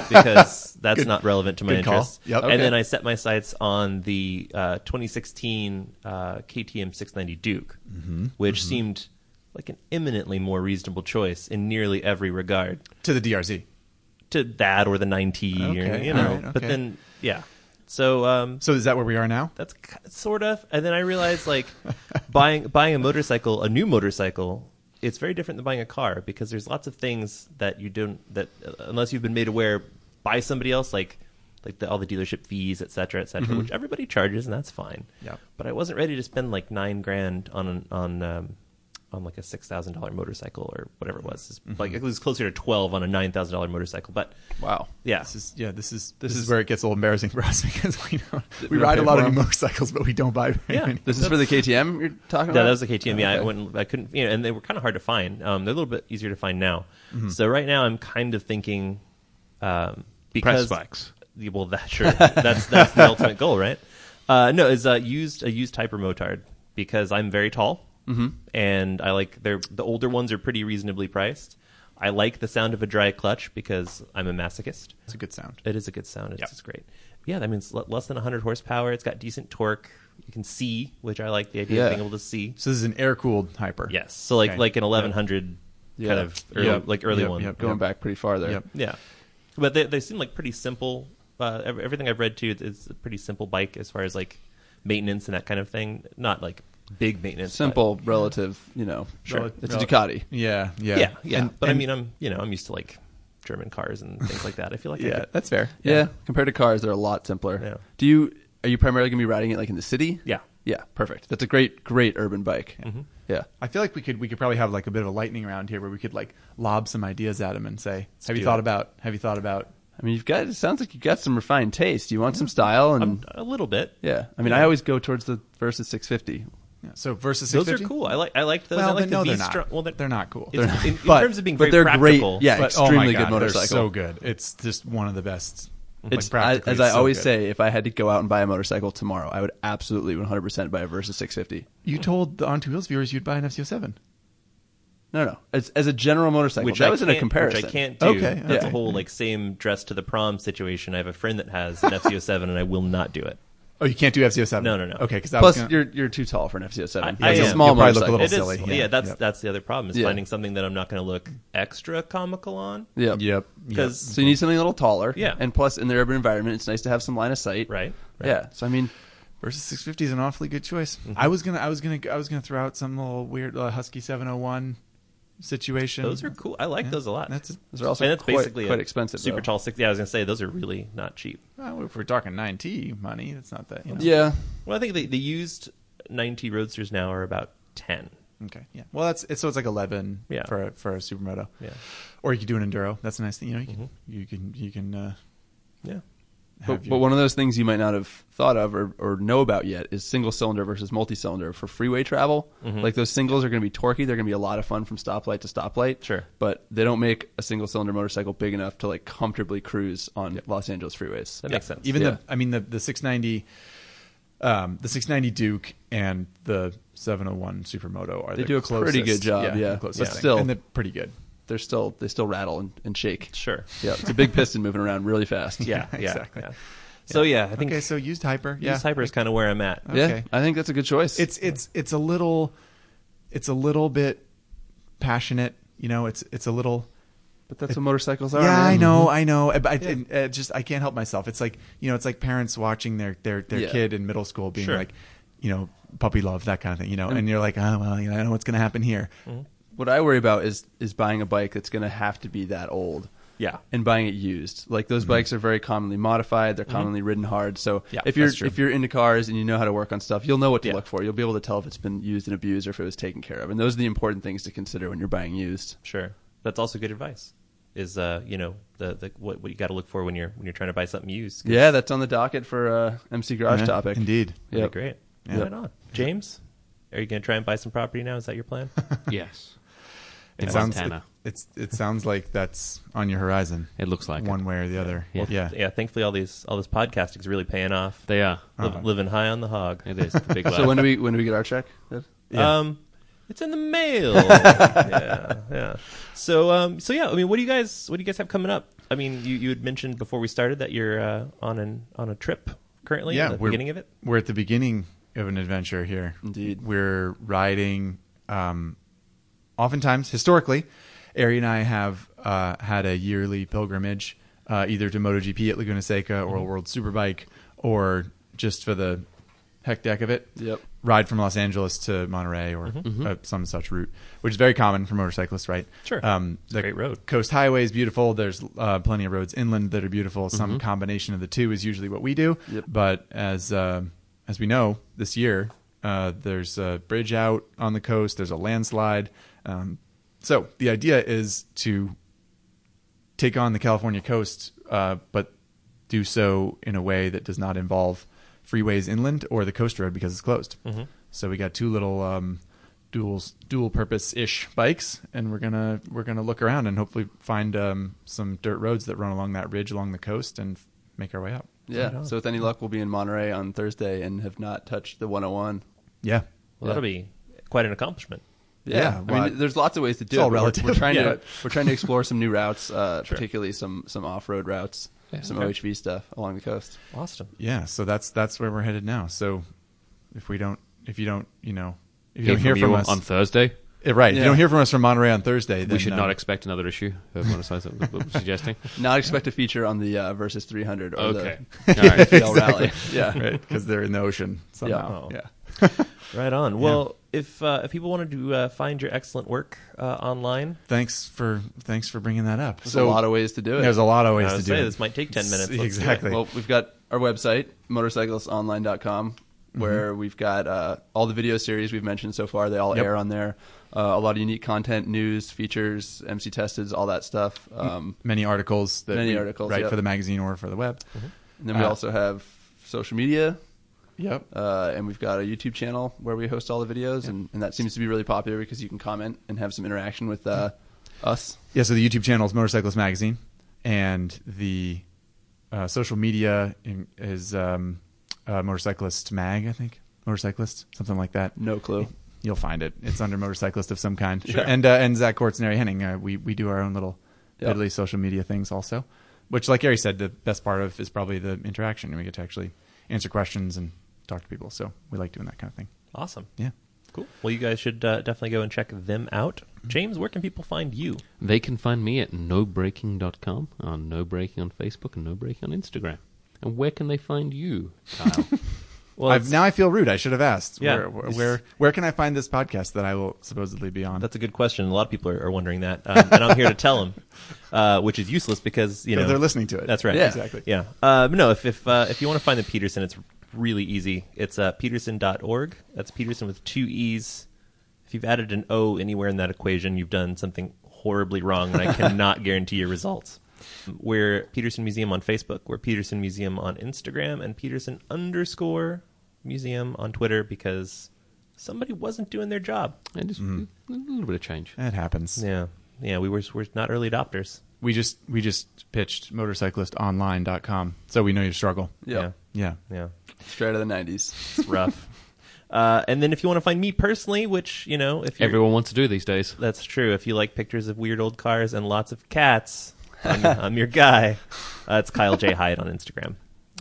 [SPEAKER 1] because that's not relevant to my
[SPEAKER 3] good call.
[SPEAKER 1] interests.
[SPEAKER 3] Yep.
[SPEAKER 1] And then
[SPEAKER 4] Okay.
[SPEAKER 1] I set my sights on the uh, 2016 uh, KTM 690 Duke,
[SPEAKER 3] Mm-hmm.
[SPEAKER 1] which seemed like an eminently more reasonable choice in nearly every regard
[SPEAKER 3] to the DRZ.
[SPEAKER 1] to that or the 90 or
[SPEAKER 3] Okay,
[SPEAKER 1] you know.
[SPEAKER 3] all right,
[SPEAKER 1] But
[SPEAKER 3] okay.
[SPEAKER 1] then yeah. So um,
[SPEAKER 3] So is that where we are now?
[SPEAKER 1] that's k- sort of and then i realized like buying buying a motorcycle a new motorcycle it's very different than buying a car because there's lots of things that you don't that uh, unless you've been made aware by somebody else like like the, all the dealership fees et cetera et cetera which everybody charges and that's fine
[SPEAKER 3] Mm-hmm. Yep.
[SPEAKER 1] but i wasn't ready to spend like nine grand on an, on um on like a six thousand dollar motorcycle or whatever it was, It's like
[SPEAKER 3] Mm-hmm.
[SPEAKER 1] it was closer to twelve on a nine thousand dollar motorcycle. But
[SPEAKER 4] Wow.
[SPEAKER 1] yeah,
[SPEAKER 3] This is yeah. This is this,
[SPEAKER 4] This
[SPEAKER 3] is,
[SPEAKER 4] is-
[SPEAKER 3] where it gets a little embarrassing for us because we don't, we
[SPEAKER 4] don't
[SPEAKER 3] ride a
[SPEAKER 4] pay
[SPEAKER 3] lot
[SPEAKER 4] for
[SPEAKER 3] of new
[SPEAKER 4] them.
[SPEAKER 3] motorcycles, but we don't buy very
[SPEAKER 1] Yeah.
[SPEAKER 3] many.
[SPEAKER 4] This is for the KTM you're talking about?
[SPEAKER 1] Yeah, that was the KTM. Yeah, I
[SPEAKER 4] Okay.
[SPEAKER 1] went. and- I couldn't. You know, and they were kind of hard to find. Um, they're a little bit easier to find now.
[SPEAKER 4] Mm-hmm.
[SPEAKER 1] So right now, I'm kind of thinking um, because
[SPEAKER 2] bikes.
[SPEAKER 1] Yeah, Well, that sure. that's that's the ultimate goal, right? Uh, no, is uh, used a used Hyper Motard because I'm very tall
[SPEAKER 4] Mm-hmm.
[SPEAKER 1] and I like they're the older ones are pretty reasonably priced. I like the sound of a dry clutch because I'm a masochist.
[SPEAKER 3] It's a good sound.
[SPEAKER 1] It is a good sound. It's,
[SPEAKER 3] Yep.
[SPEAKER 1] it's great. Yeah, I mean, it's le- less than 100 horsepower. It's got decent torque. You can see, which I like the idea
[SPEAKER 4] Yeah.
[SPEAKER 1] of being able to see.
[SPEAKER 3] So this is an air cooled hyper.
[SPEAKER 1] Yes. So like
[SPEAKER 3] Okay.
[SPEAKER 1] like an 1100
[SPEAKER 4] Yeah.
[SPEAKER 1] kind of early,
[SPEAKER 3] Yep.
[SPEAKER 1] like early
[SPEAKER 3] Yep,
[SPEAKER 1] one.
[SPEAKER 3] yep.
[SPEAKER 4] Going
[SPEAKER 3] Yep.
[SPEAKER 4] back pretty far there.
[SPEAKER 3] Yep.
[SPEAKER 1] Yeah. But they they seem like pretty simple. Uh, ev- everything I've read too, it's- it's a pretty simple bike as far as like maintenance and that kind of thing. Not like big maintenance. but-
[SPEAKER 4] Simple, relative, you know.
[SPEAKER 1] Sure.
[SPEAKER 4] It's a
[SPEAKER 3] Rel-
[SPEAKER 4] Ducati.
[SPEAKER 3] Yeah. Yeah.
[SPEAKER 1] Yeah. Yeah.
[SPEAKER 3] And-
[SPEAKER 1] but I
[SPEAKER 3] and-
[SPEAKER 1] mean, I'm you know I'm used to like German cars and things like that. I feel like I
[SPEAKER 3] yeah,
[SPEAKER 1] could-
[SPEAKER 3] that's fair.
[SPEAKER 4] Yeah. Compared to cars, they're a lot simpler.
[SPEAKER 1] Yeah.
[SPEAKER 4] Do you are you primarily going to be riding it like in the city?
[SPEAKER 1] Yeah. Mm-hmm.
[SPEAKER 4] Yeah, perfect. That's a great great urban bike. Yeah.
[SPEAKER 3] I feel like we could we could probably have like a bit of a lightning round here where we could like lob some ideas at him and say, "Have you
[SPEAKER 1] do
[SPEAKER 3] thought
[SPEAKER 1] it.
[SPEAKER 3] about? Have you thought about?"
[SPEAKER 4] I mean, you've got it sounds like you've got some refined taste. You want some style and
[SPEAKER 3] um,
[SPEAKER 1] I'm a little bit.
[SPEAKER 4] yeah. I mean, I always go towards the Versus 650.
[SPEAKER 3] Yeah, So versus
[SPEAKER 1] Those are
[SPEAKER 3] 650?
[SPEAKER 1] cool. I like I like those.
[SPEAKER 3] Well,
[SPEAKER 1] I like
[SPEAKER 3] then,
[SPEAKER 1] the
[SPEAKER 3] no, they're
[SPEAKER 1] V
[SPEAKER 3] not.
[SPEAKER 1] Strom- Well,
[SPEAKER 3] they're not cool.
[SPEAKER 1] it's-
[SPEAKER 4] They're not-
[SPEAKER 1] in, in
[SPEAKER 3] But-
[SPEAKER 1] terms of being
[SPEAKER 4] but
[SPEAKER 1] very
[SPEAKER 4] they're great.
[SPEAKER 1] practical.
[SPEAKER 4] Yeah,
[SPEAKER 3] But, oh my
[SPEAKER 4] extremely
[SPEAKER 3] God,
[SPEAKER 4] good
[SPEAKER 3] They're
[SPEAKER 4] motorcycle.
[SPEAKER 3] so good. It's just one of the best. like,
[SPEAKER 4] It's I,
[SPEAKER 3] practically
[SPEAKER 4] as I
[SPEAKER 3] so
[SPEAKER 4] always
[SPEAKER 3] good.
[SPEAKER 4] say, if I had to go out and buy a motorcycle tomorrow, I would absolutely 100% buy a Versus 650.
[SPEAKER 3] You told the On Two Wheels viewers you'd buy an FCO7.
[SPEAKER 4] No, no. As, as a general motorcycle,
[SPEAKER 1] which
[SPEAKER 4] that
[SPEAKER 1] I
[SPEAKER 4] was in a
[SPEAKER 1] can't-
[SPEAKER 4] comparison. Oh,
[SPEAKER 1] Which I can't do.
[SPEAKER 3] Okay,
[SPEAKER 1] That's
[SPEAKER 3] okay.
[SPEAKER 1] a whole like same dress to the prom situation. I have a friend that has an FCO7, and I will not do do
[SPEAKER 3] Oh, you can't do FCO7.
[SPEAKER 1] No, no, no.
[SPEAKER 3] Okay, because
[SPEAKER 4] Plus,
[SPEAKER 3] gonna,
[SPEAKER 4] you're you're too tall for an FCO seven.
[SPEAKER 1] I- I
[SPEAKER 4] It's a
[SPEAKER 1] am.
[SPEAKER 4] small
[SPEAKER 3] You'll probably look a
[SPEAKER 4] motorcycle.
[SPEAKER 1] It
[SPEAKER 3] little
[SPEAKER 1] is.
[SPEAKER 3] silly.
[SPEAKER 1] Yeah,
[SPEAKER 3] Yeah,
[SPEAKER 1] that's
[SPEAKER 3] yeah.
[SPEAKER 1] that's the other problem is
[SPEAKER 4] Yeah.
[SPEAKER 1] finding something that I'm not going to look extra comical on.
[SPEAKER 4] Yep.
[SPEAKER 3] Yep. yep.
[SPEAKER 1] 'Cause-
[SPEAKER 4] So you need something a little taller.
[SPEAKER 1] Yeah.
[SPEAKER 4] And plus, in the urban environment, it's nice to have some line of sight.
[SPEAKER 1] Right, right.
[SPEAKER 4] Yeah. So I mean,
[SPEAKER 3] Versus 650 is an awfully good choice. I was gonna, I was gonna, I was gonna throw out some little weird uh, Husky 701 situation.
[SPEAKER 1] Those are cool. I like
[SPEAKER 3] Yeah,
[SPEAKER 1] those a lot.
[SPEAKER 3] That's
[SPEAKER 4] those are also
[SPEAKER 1] and that's
[SPEAKER 4] quite,
[SPEAKER 1] basically
[SPEAKER 4] quite
[SPEAKER 1] a
[SPEAKER 4] expensive.
[SPEAKER 1] Super
[SPEAKER 4] though.
[SPEAKER 1] tall six. Yeah, I was going to say those are really not cheap.
[SPEAKER 3] well, if we're talking 9T money, that's not that. You know.
[SPEAKER 4] Yeah.
[SPEAKER 1] Well, I think the, the used 90 roadsters now are about 10.
[SPEAKER 3] Okay. Yeah. Well, that's it's, so it's like 11
[SPEAKER 1] Yeah.
[SPEAKER 3] for a, for a supermoto.
[SPEAKER 1] Yeah.
[SPEAKER 3] Or you could do an enduro. That's a nice thing. You know, you can
[SPEAKER 4] Mm-hmm.
[SPEAKER 3] you can you can. Uh,
[SPEAKER 1] Yeah.
[SPEAKER 3] have
[SPEAKER 4] But,
[SPEAKER 3] your-
[SPEAKER 4] but one of those things you might not have thought of or, or know about yet is single cylinder versus multi cylinder for freeway travel.
[SPEAKER 1] Mm-hmm.
[SPEAKER 4] Like those singles are going to be torquey. They're going to be a lot of fun from stoplight to stoplight.
[SPEAKER 1] Sure.
[SPEAKER 4] But they don't make a single cylinder motorcycle big enough to like comfortably cruise on Los Angeles freeways.
[SPEAKER 1] That
[SPEAKER 4] Yeah.
[SPEAKER 1] makes sense.
[SPEAKER 3] Even
[SPEAKER 4] Yeah.
[SPEAKER 3] the I mean the the 690 um the 690 Duke and the 701 Supermoto are
[SPEAKER 4] They
[SPEAKER 3] the
[SPEAKER 4] do a
[SPEAKER 3] closest,
[SPEAKER 4] pretty good job, yeah.
[SPEAKER 3] the closest
[SPEAKER 4] But
[SPEAKER 3] thing.
[SPEAKER 4] still-
[SPEAKER 3] and they're pretty good.
[SPEAKER 4] They're still they still rattle and, and shake.
[SPEAKER 1] Sure.
[SPEAKER 4] Yeah. It's a big piston moving around really fast.
[SPEAKER 1] Yeah, yeah,
[SPEAKER 3] exactly.
[SPEAKER 1] yeah. So yeah, I think
[SPEAKER 3] okay, so used hyper. Yeah.
[SPEAKER 1] used hyper is kind of where I'm at.
[SPEAKER 3] Okay.
[SPEAKER 4] Yeah, I think that's a good choice.
[SPEAKER 3] It's it's it's a little it's a little bit passionate, you know, it's it's a little
[SPEAKER 4] But that's what motorcycles are.
[SPEAKER 3] yeah,
[SPEAKER 4] man.
[SPEAKER 3] I know, I know. But I, it- it just I can't help myself. It's like you know, it's like parents watching their their their
[SPEAKER 4] Yeah.
[SPEAKER 3] kid in middle school being
[SPEAKER 1] Sure.
[SPEAKER 3] like, you know, puppy love that kind of thing. You know, and you're like, oh well, you know, I know what's gonna happen here.
[SPEAKER 4] Mm-hmm. What I worry about is is buying a bike that's going to have to be that old.
[SPEAKER 1] Yeah. Mm-hmm.
[SPEAKER 4] and buying it used. Like those bikes are very commonly modified. They're commonly ridden hard. So
[SPEAKER 1] Yeah,
[SPEAKER 4] if you're
[SPEAKER 1] that's true.
[SPEAKER 4] if you're into cars and you know how to work on stuff, you'll know what to
[SPEAKER 1] Yeah.
[SPEAKER 4] look for. You'll be able to tell if it's been used and abused or if it was taken care of. And those are the important things to consider when you're buying used.
[SPEAKER 1] Sure, that's also good advice. Is uh, you know, the, the what, what you got to look for when you're when you're trying to buy something used. 'Cause-
[SPEAKER 4] Yeah, that's on the docket for uh, MC Garage
[SPEAKER 3] Yeah,
[SPEAKER 4] topic.
[SPEAKER 3] indeed.
[SPEAKER 1] That'd be
[SPEAKER 4] Yep.
[SPEAKER 1] great.
[SPEAKER 3] Yeah.
[SPEAKER 1] Right on, James. Are you going to try and buy some property now? Is that your plan?
[SPEAKER 2] yes.
[SPEAKER 3] It
[SPEAKER 2] In
[SPEAKER 3] sounds it,
[SPEAKER 2] Montana.
[SPEAKER 3] it's it sounds like that's on your horizon.
[SPEAKER 2] It looks like it.
[SPEAKER 3] one way or the other.
[SPEAKER 2] Yeah.
[SPEAKER 3] yeah.
[SPEAKER 1] yeah. Thankfully, all these all this podcasting is really paying off.
[SPEAKER 2] They are.
[SPEAKER 1] Liv- living high on the hog.
[SPEAKER 2] It is the big
[SPEAKER 4] So
[SPEAKER 2] laugh.
[SPEAKER 4] when do we when do we get our check?
[SPEAKER 3] Yeah.
[SPEAKER 1] Um, it's in the mail. yeah, yeah. So, um, so yeah. I mean, what do you guys? What do you guys have coming up? I mean, you, you had mentioned before we started that you're uh, on an on a trip currently.
[SPEAKER 3] Yeah,
[SPEAKER 1] at the
[SPEAKER 3] we're-
[SPEAKER 1] beginning of it.
[SPEAKER 3] We're at the beginning of an adventure here.
[SPEAKER 4] Indeed.
[SPEAKER 3] We're riding, um, oftentimes, historically, Ari and I have uh, had a yearly pilgrimage uh, either to MotoGP at Laguna Seca
[SPEAKER 4] Mm-hmm.
[SPEAKER 3] or World Superbike or just for the heck deck of it.
[SPEAKER 4] Yep. Mm-hmm.
[SPEAKER 3] Ride from Los Angeles to Monterey or
[SPEAKER 1] Mm-hmm.
[SPEAKER 3] Uh, some such route, which is very common for motorcyclists, right?
[SPEAKER 1] Sure.
[SPEAKER 3] Um,
[SPEAKER 1] It's a great road.
[SPEAKER 3] Coast Highway is beautiful. There's uh, plenty of roads inland that are beautiful.
[SPEAKER 1] Mm-hmm.
[SPEAKER 3] Some combination of the two is usually what we do.
[SPEAKER 4] Yep.
[SPEAKER 3] But as uh, as we know, this year uh, there's a bridge out on the coast. There's a landslide. Um, so the idea is to take on the California coast, uh, but do so in a way that does not involve freeways inland or the coast road because it's closed. So we got two little um, dual dual purpose ish bikes, and we're gonna we're gonna look around and hopefully find um, some dirt roads that run along that ridge along the coast and f- make our way up.
[SPEAKER 4] Yeah.
[SPEAKER 1] Right on.
[SPEAKER 4] so with any luck, we'll be in Monterey on Thursday and have not touched the 101.
[SPEAKER 3] Yeah,
[SPEAKER 1] Well, that'll be quite an accomplishment.
[SPEAKER 4] Yeah,
[SPEAKER 3] Yeah,
[SPEAKER 4] I
[SPEAKER 3] well,
[SPEAKER 4] mean, there's lots of ways to
[SPEAKER 3] it's
[SPEAKER 4] do it.
[SPEAKER 3] all
[SPEAKER 4] but we're-
[SPEAKER 3] relative.
[SPEAKER 4] We're, trying
[SPEAKER 1] Yeah.
[SPEAKER 4] to we're trying to explore some new routes, uh,
[SPEAKER 1] Sure.
[SPEAKER 4] particularly some some off road routes,
[SPEAKER 2] Yeah.
[SPEAKER 4] some
[SPEAKER 1] Okay.
[SPEAKER 4] OHV stuff along the coast.
[SPEAKER 1] Awesome.
[SPEAKER 3] yeah. So that's that's where we're headed now. So if we don't if you don't you know if you
[SPEAKER 2] Hear
[SPEAKER 3] don't hear
[SPEAKER 2] from
[SPEAKER 3] from,
[SPEAKER 2] you
[SPEAKER 3] us
[SPEAKER 2] on Thursday?
[SPEAKER 3] Eh, right if
[SPEAKER 4] Yeah.
[SPEAKER 3] you don't hear from us from Monterey on Thursday, then,
[SPEAKER 2] we should
[SPEAKER 3] um,
[SPEAKER 2] not expect another issue of motorcycles that we're suggesting.
[SPEAKER 4] Not expect a feature on the uh, versus 300 or
[SPEAKER 2] Okay.
[SPEAKER 4] the
[SPEAKER 2] All right.
[SPEAKER 4] FPL rally. Yeah. Oh.
[SPEAKER 3] right because they're in the ocean somehow.
[SPEAKER 1] Yeah.
[SPEAKER 3] Yeah.
[SPEAKER 1] Right on. Well, if uh, if people wanted to uh, find your excellent work uh, online,
[SPEAKER 3] Thanks for thanks for bringing that up.
[SPEAKER 4] There's a lot of ways to do it.
[SPEAKER 3] there's a lot of ways
[SPEAKER 1] I
[SPEAKER 3] to
[SPEAKER 1] would
[SPEAKER 3] do
[SPEAKER 1] say
[SPEAKER 3] it.
[SPEAKER 1] this might take 10 minutes. Let's do it.
[SPEAKER 3] exactly.
[SPEAKER 4] Well, we've got our website, motorcyclistonline.com,
[SPEAKER 3] Mm-hmm.
[SPEAKER 4] where we've got uh, all the video series we've mentioned so far. They all
[SPEAKER 3] Yep.
[SPEAKER 4] air on there. Uh, a lot of unique content, news, features, MC testeds, all that stuff.
[SPEAKER 3] Mm-hmm.
[SPEAKER 4] Um,
[SPEAKER 3] many articles that
[SPEAKER 4] Many
[SPEAKER 3] we
[SPEAKER 4] articles, Mm-hmm.
[SPEAKER 3] write
[SPEAKER 4] yep.
[SPEAKER 3] for the magazine or for the web.
[SPEAKER 4] and then we
[SPEAKER 3] Uh,
[SPEAKER 4] also have social media.
[SPEAKER 3] Yep.
[SPEAKER 4] Uh, and we've got a YouTube channel where we host all the videos, and, and that seems to be really popular because you can comment and have some interaction with uh, us.
[SPEAKER 3] yeah, so the YouTube channel is Motorcyclist Magazine, and the uh, social media in, is um, uh, Motorcyclist Mag, I think. Motorcyclist, something like that.
[SPEAKER 4] No clue.
[SPEAKER 3] You'll find it. It's under Motorcyclist of some kind. And uh, and Zach Kortz and Ari Henning, uh, we, we do our own little
[SPEAKER 4] Yeah.
[SPEAKER 3] fiddly social media things also, which, like Ari said, the best part of is probably the interaction. and We get to actually answer questions and talk to people. So we like doing that kind of thing.
[SPEAKER 1] Awesome.
[SPEAKER 3] Yeah.
[SPEAKER 1] Cool. Well, you guys should uh, definitely go and check them out. James, where can people find you?
[SPEAKER 2] They can find me at nobreaking.com, on No Breaking on Facebook, and No Breaking on Instagram. And where can they find you, Kyle?
[SPEAKER 1] Well,
[SPEAKER 3] I've, now I feel rude. I should have asked.
[SPEAKER 1] Yeah.
[SPEAKER 3] Where, where, where where can I find this podcast that I will supposedly be on?
[SPEAKER 1] That's a good question. A lot of people are, are wondering that, um, and I'm here to tell them, uh, which is useless because you know
[SPEAKER 3] Because they're listening to it.
[SPEAKER 1] That's right.
[SPEAKER 4] Yeah.
[SPEAKER 3] Exactly.
[SPEAKER 1] Yeah. Um, no, if if uh, if you want to find the Peterson, it's really easy. It's uh, peterson.org. That's Peterson with two e's. If you've added an o anywhere in that equation, you've done something horribly wrong, and I cannot guarantee your results. We're Peterson Museum on Facebook. We're Peterson Museum on Instagram, and Peterson underscore museum on Twitter because somebody wasn't doing their job.
[SPEAKER 2] and just
[SPEAKER 3] Mm.
[SPEAKER 2] a little bit of change.
[SPEAKER 3] That happens.
[SPEAKER 1] Yeah, yeah, we were we're not early adopters.
[SPEAKER 3] We just we just pitched motorcyclistonline.com, so we know your struggle.
[SPEAKER 4] Yeah.
[SPEAKER 3] Yeah.
[SPEAKER 1] yeah,
[SPEAKER 4] Straight out of the 90s.
[SPEAKER 1] it's rough. uh, and then if you want to find me personally, which you know, if you're,
[SPEAKER 2] Everyone wants to do these days.
[SPEAKER 1] that's true. If you like pictures of weird old cars and lots of cats, I'm, I'm your guy. Uh, it's Kyle J Hyde on Instagram,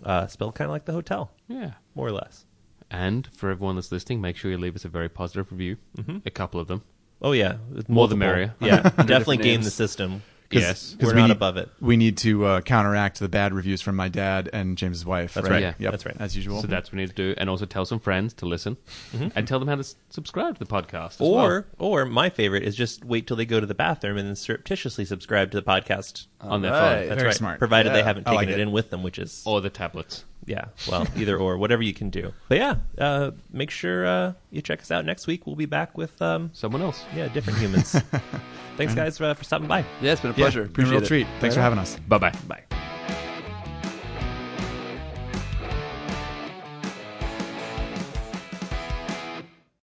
[SPEAKER 1] uh, spelled kind of like the hotel,
[SPEAKER 2] Yeah.
[SPEAKER 1] more or less.
[SPEAKER 2] And for everyone that's listening, make sure you leave us a very
[SPEAKER 3] Mm-hmm.
[SPEAKER 2] positive review, a couple of them.
[SPEAKER 1] Oh yeah, with
[SPEAKER 2] More the
[SPEAKER 1] multiple-
[SPEAKER 2] merrier.
[SPEAKER 1] Yeah,
[SPEAKER 4] different
[SPEAKER 1] definitely game
[SPEAKER 4] names.
[SPEAKER 1] the system.
[SPEAKER 2] Yes.
[SPEAKER 1] We're
[SPEAKER 3] we
[SPEAKER 1] not
[SPEAKER 3] need-
[SPEAKER 1] above it.
[SPEAKER 3] We need to uh, counteract the bad reviews from my dad and James's wife.
[SPEAKER 1] That's
[SPEAKER 2] right. Yeah,
[SPEAKER 3] Yep,
[SPEAKER 1] that's right.
[SPEAKER 3] As usual.
[SPEAKER 2] So that's what we need to do, and also tell some friends to listen, and tell them how to s- subscribe to the podcast. as
[SPEAKER 1] Mm-hmm. Or, or my favorite is just wait till they go to the bathroom and then surreptitiously subscribe to the podcast.
[SPEAKER 2] well, on their
[SPEAKER 4] Alright.
[SPEAKER 2] phone
[SPEAKER 1] That's
[SPEAKER 3] Very
[SPEAKER 1] right.
[SPEAKER 3] smart.
[SPEAKER 1] Provided they
[SPEAKER 4] Yeah,
[SPEAKER 1] haven't taken
[SPEAKER 3] I like
[SPEAKER 1] it
[SPEAKER 3] it. Oh.
[SPEAKER 1] in with them, which is
[SPEAKER 2] or the tablets.
[SPEAKER 1] yeah. Well, either or, whatever you can do. But yeah, uh, make sure uh, you check us out next week. We'll be back with um,
[SPEAKER 2] Someone else.
[SPEAKER 1] yeah different humans. Thanks guys uh, for stopping by.
[SPEAKER 4] Yeah, it's been a
[SPEAKER 3] Yeah,
[SPEAKER 4] pleasure.
[SPEAKER 3] Been a
[SPEAKER 4] Appreciate
[SPEAKER 3] real
[SPEAKER 4] it.
[SPEAKER 3] treat. Thanks for having us.
[SPEAKER 2] Bye bye. Bye.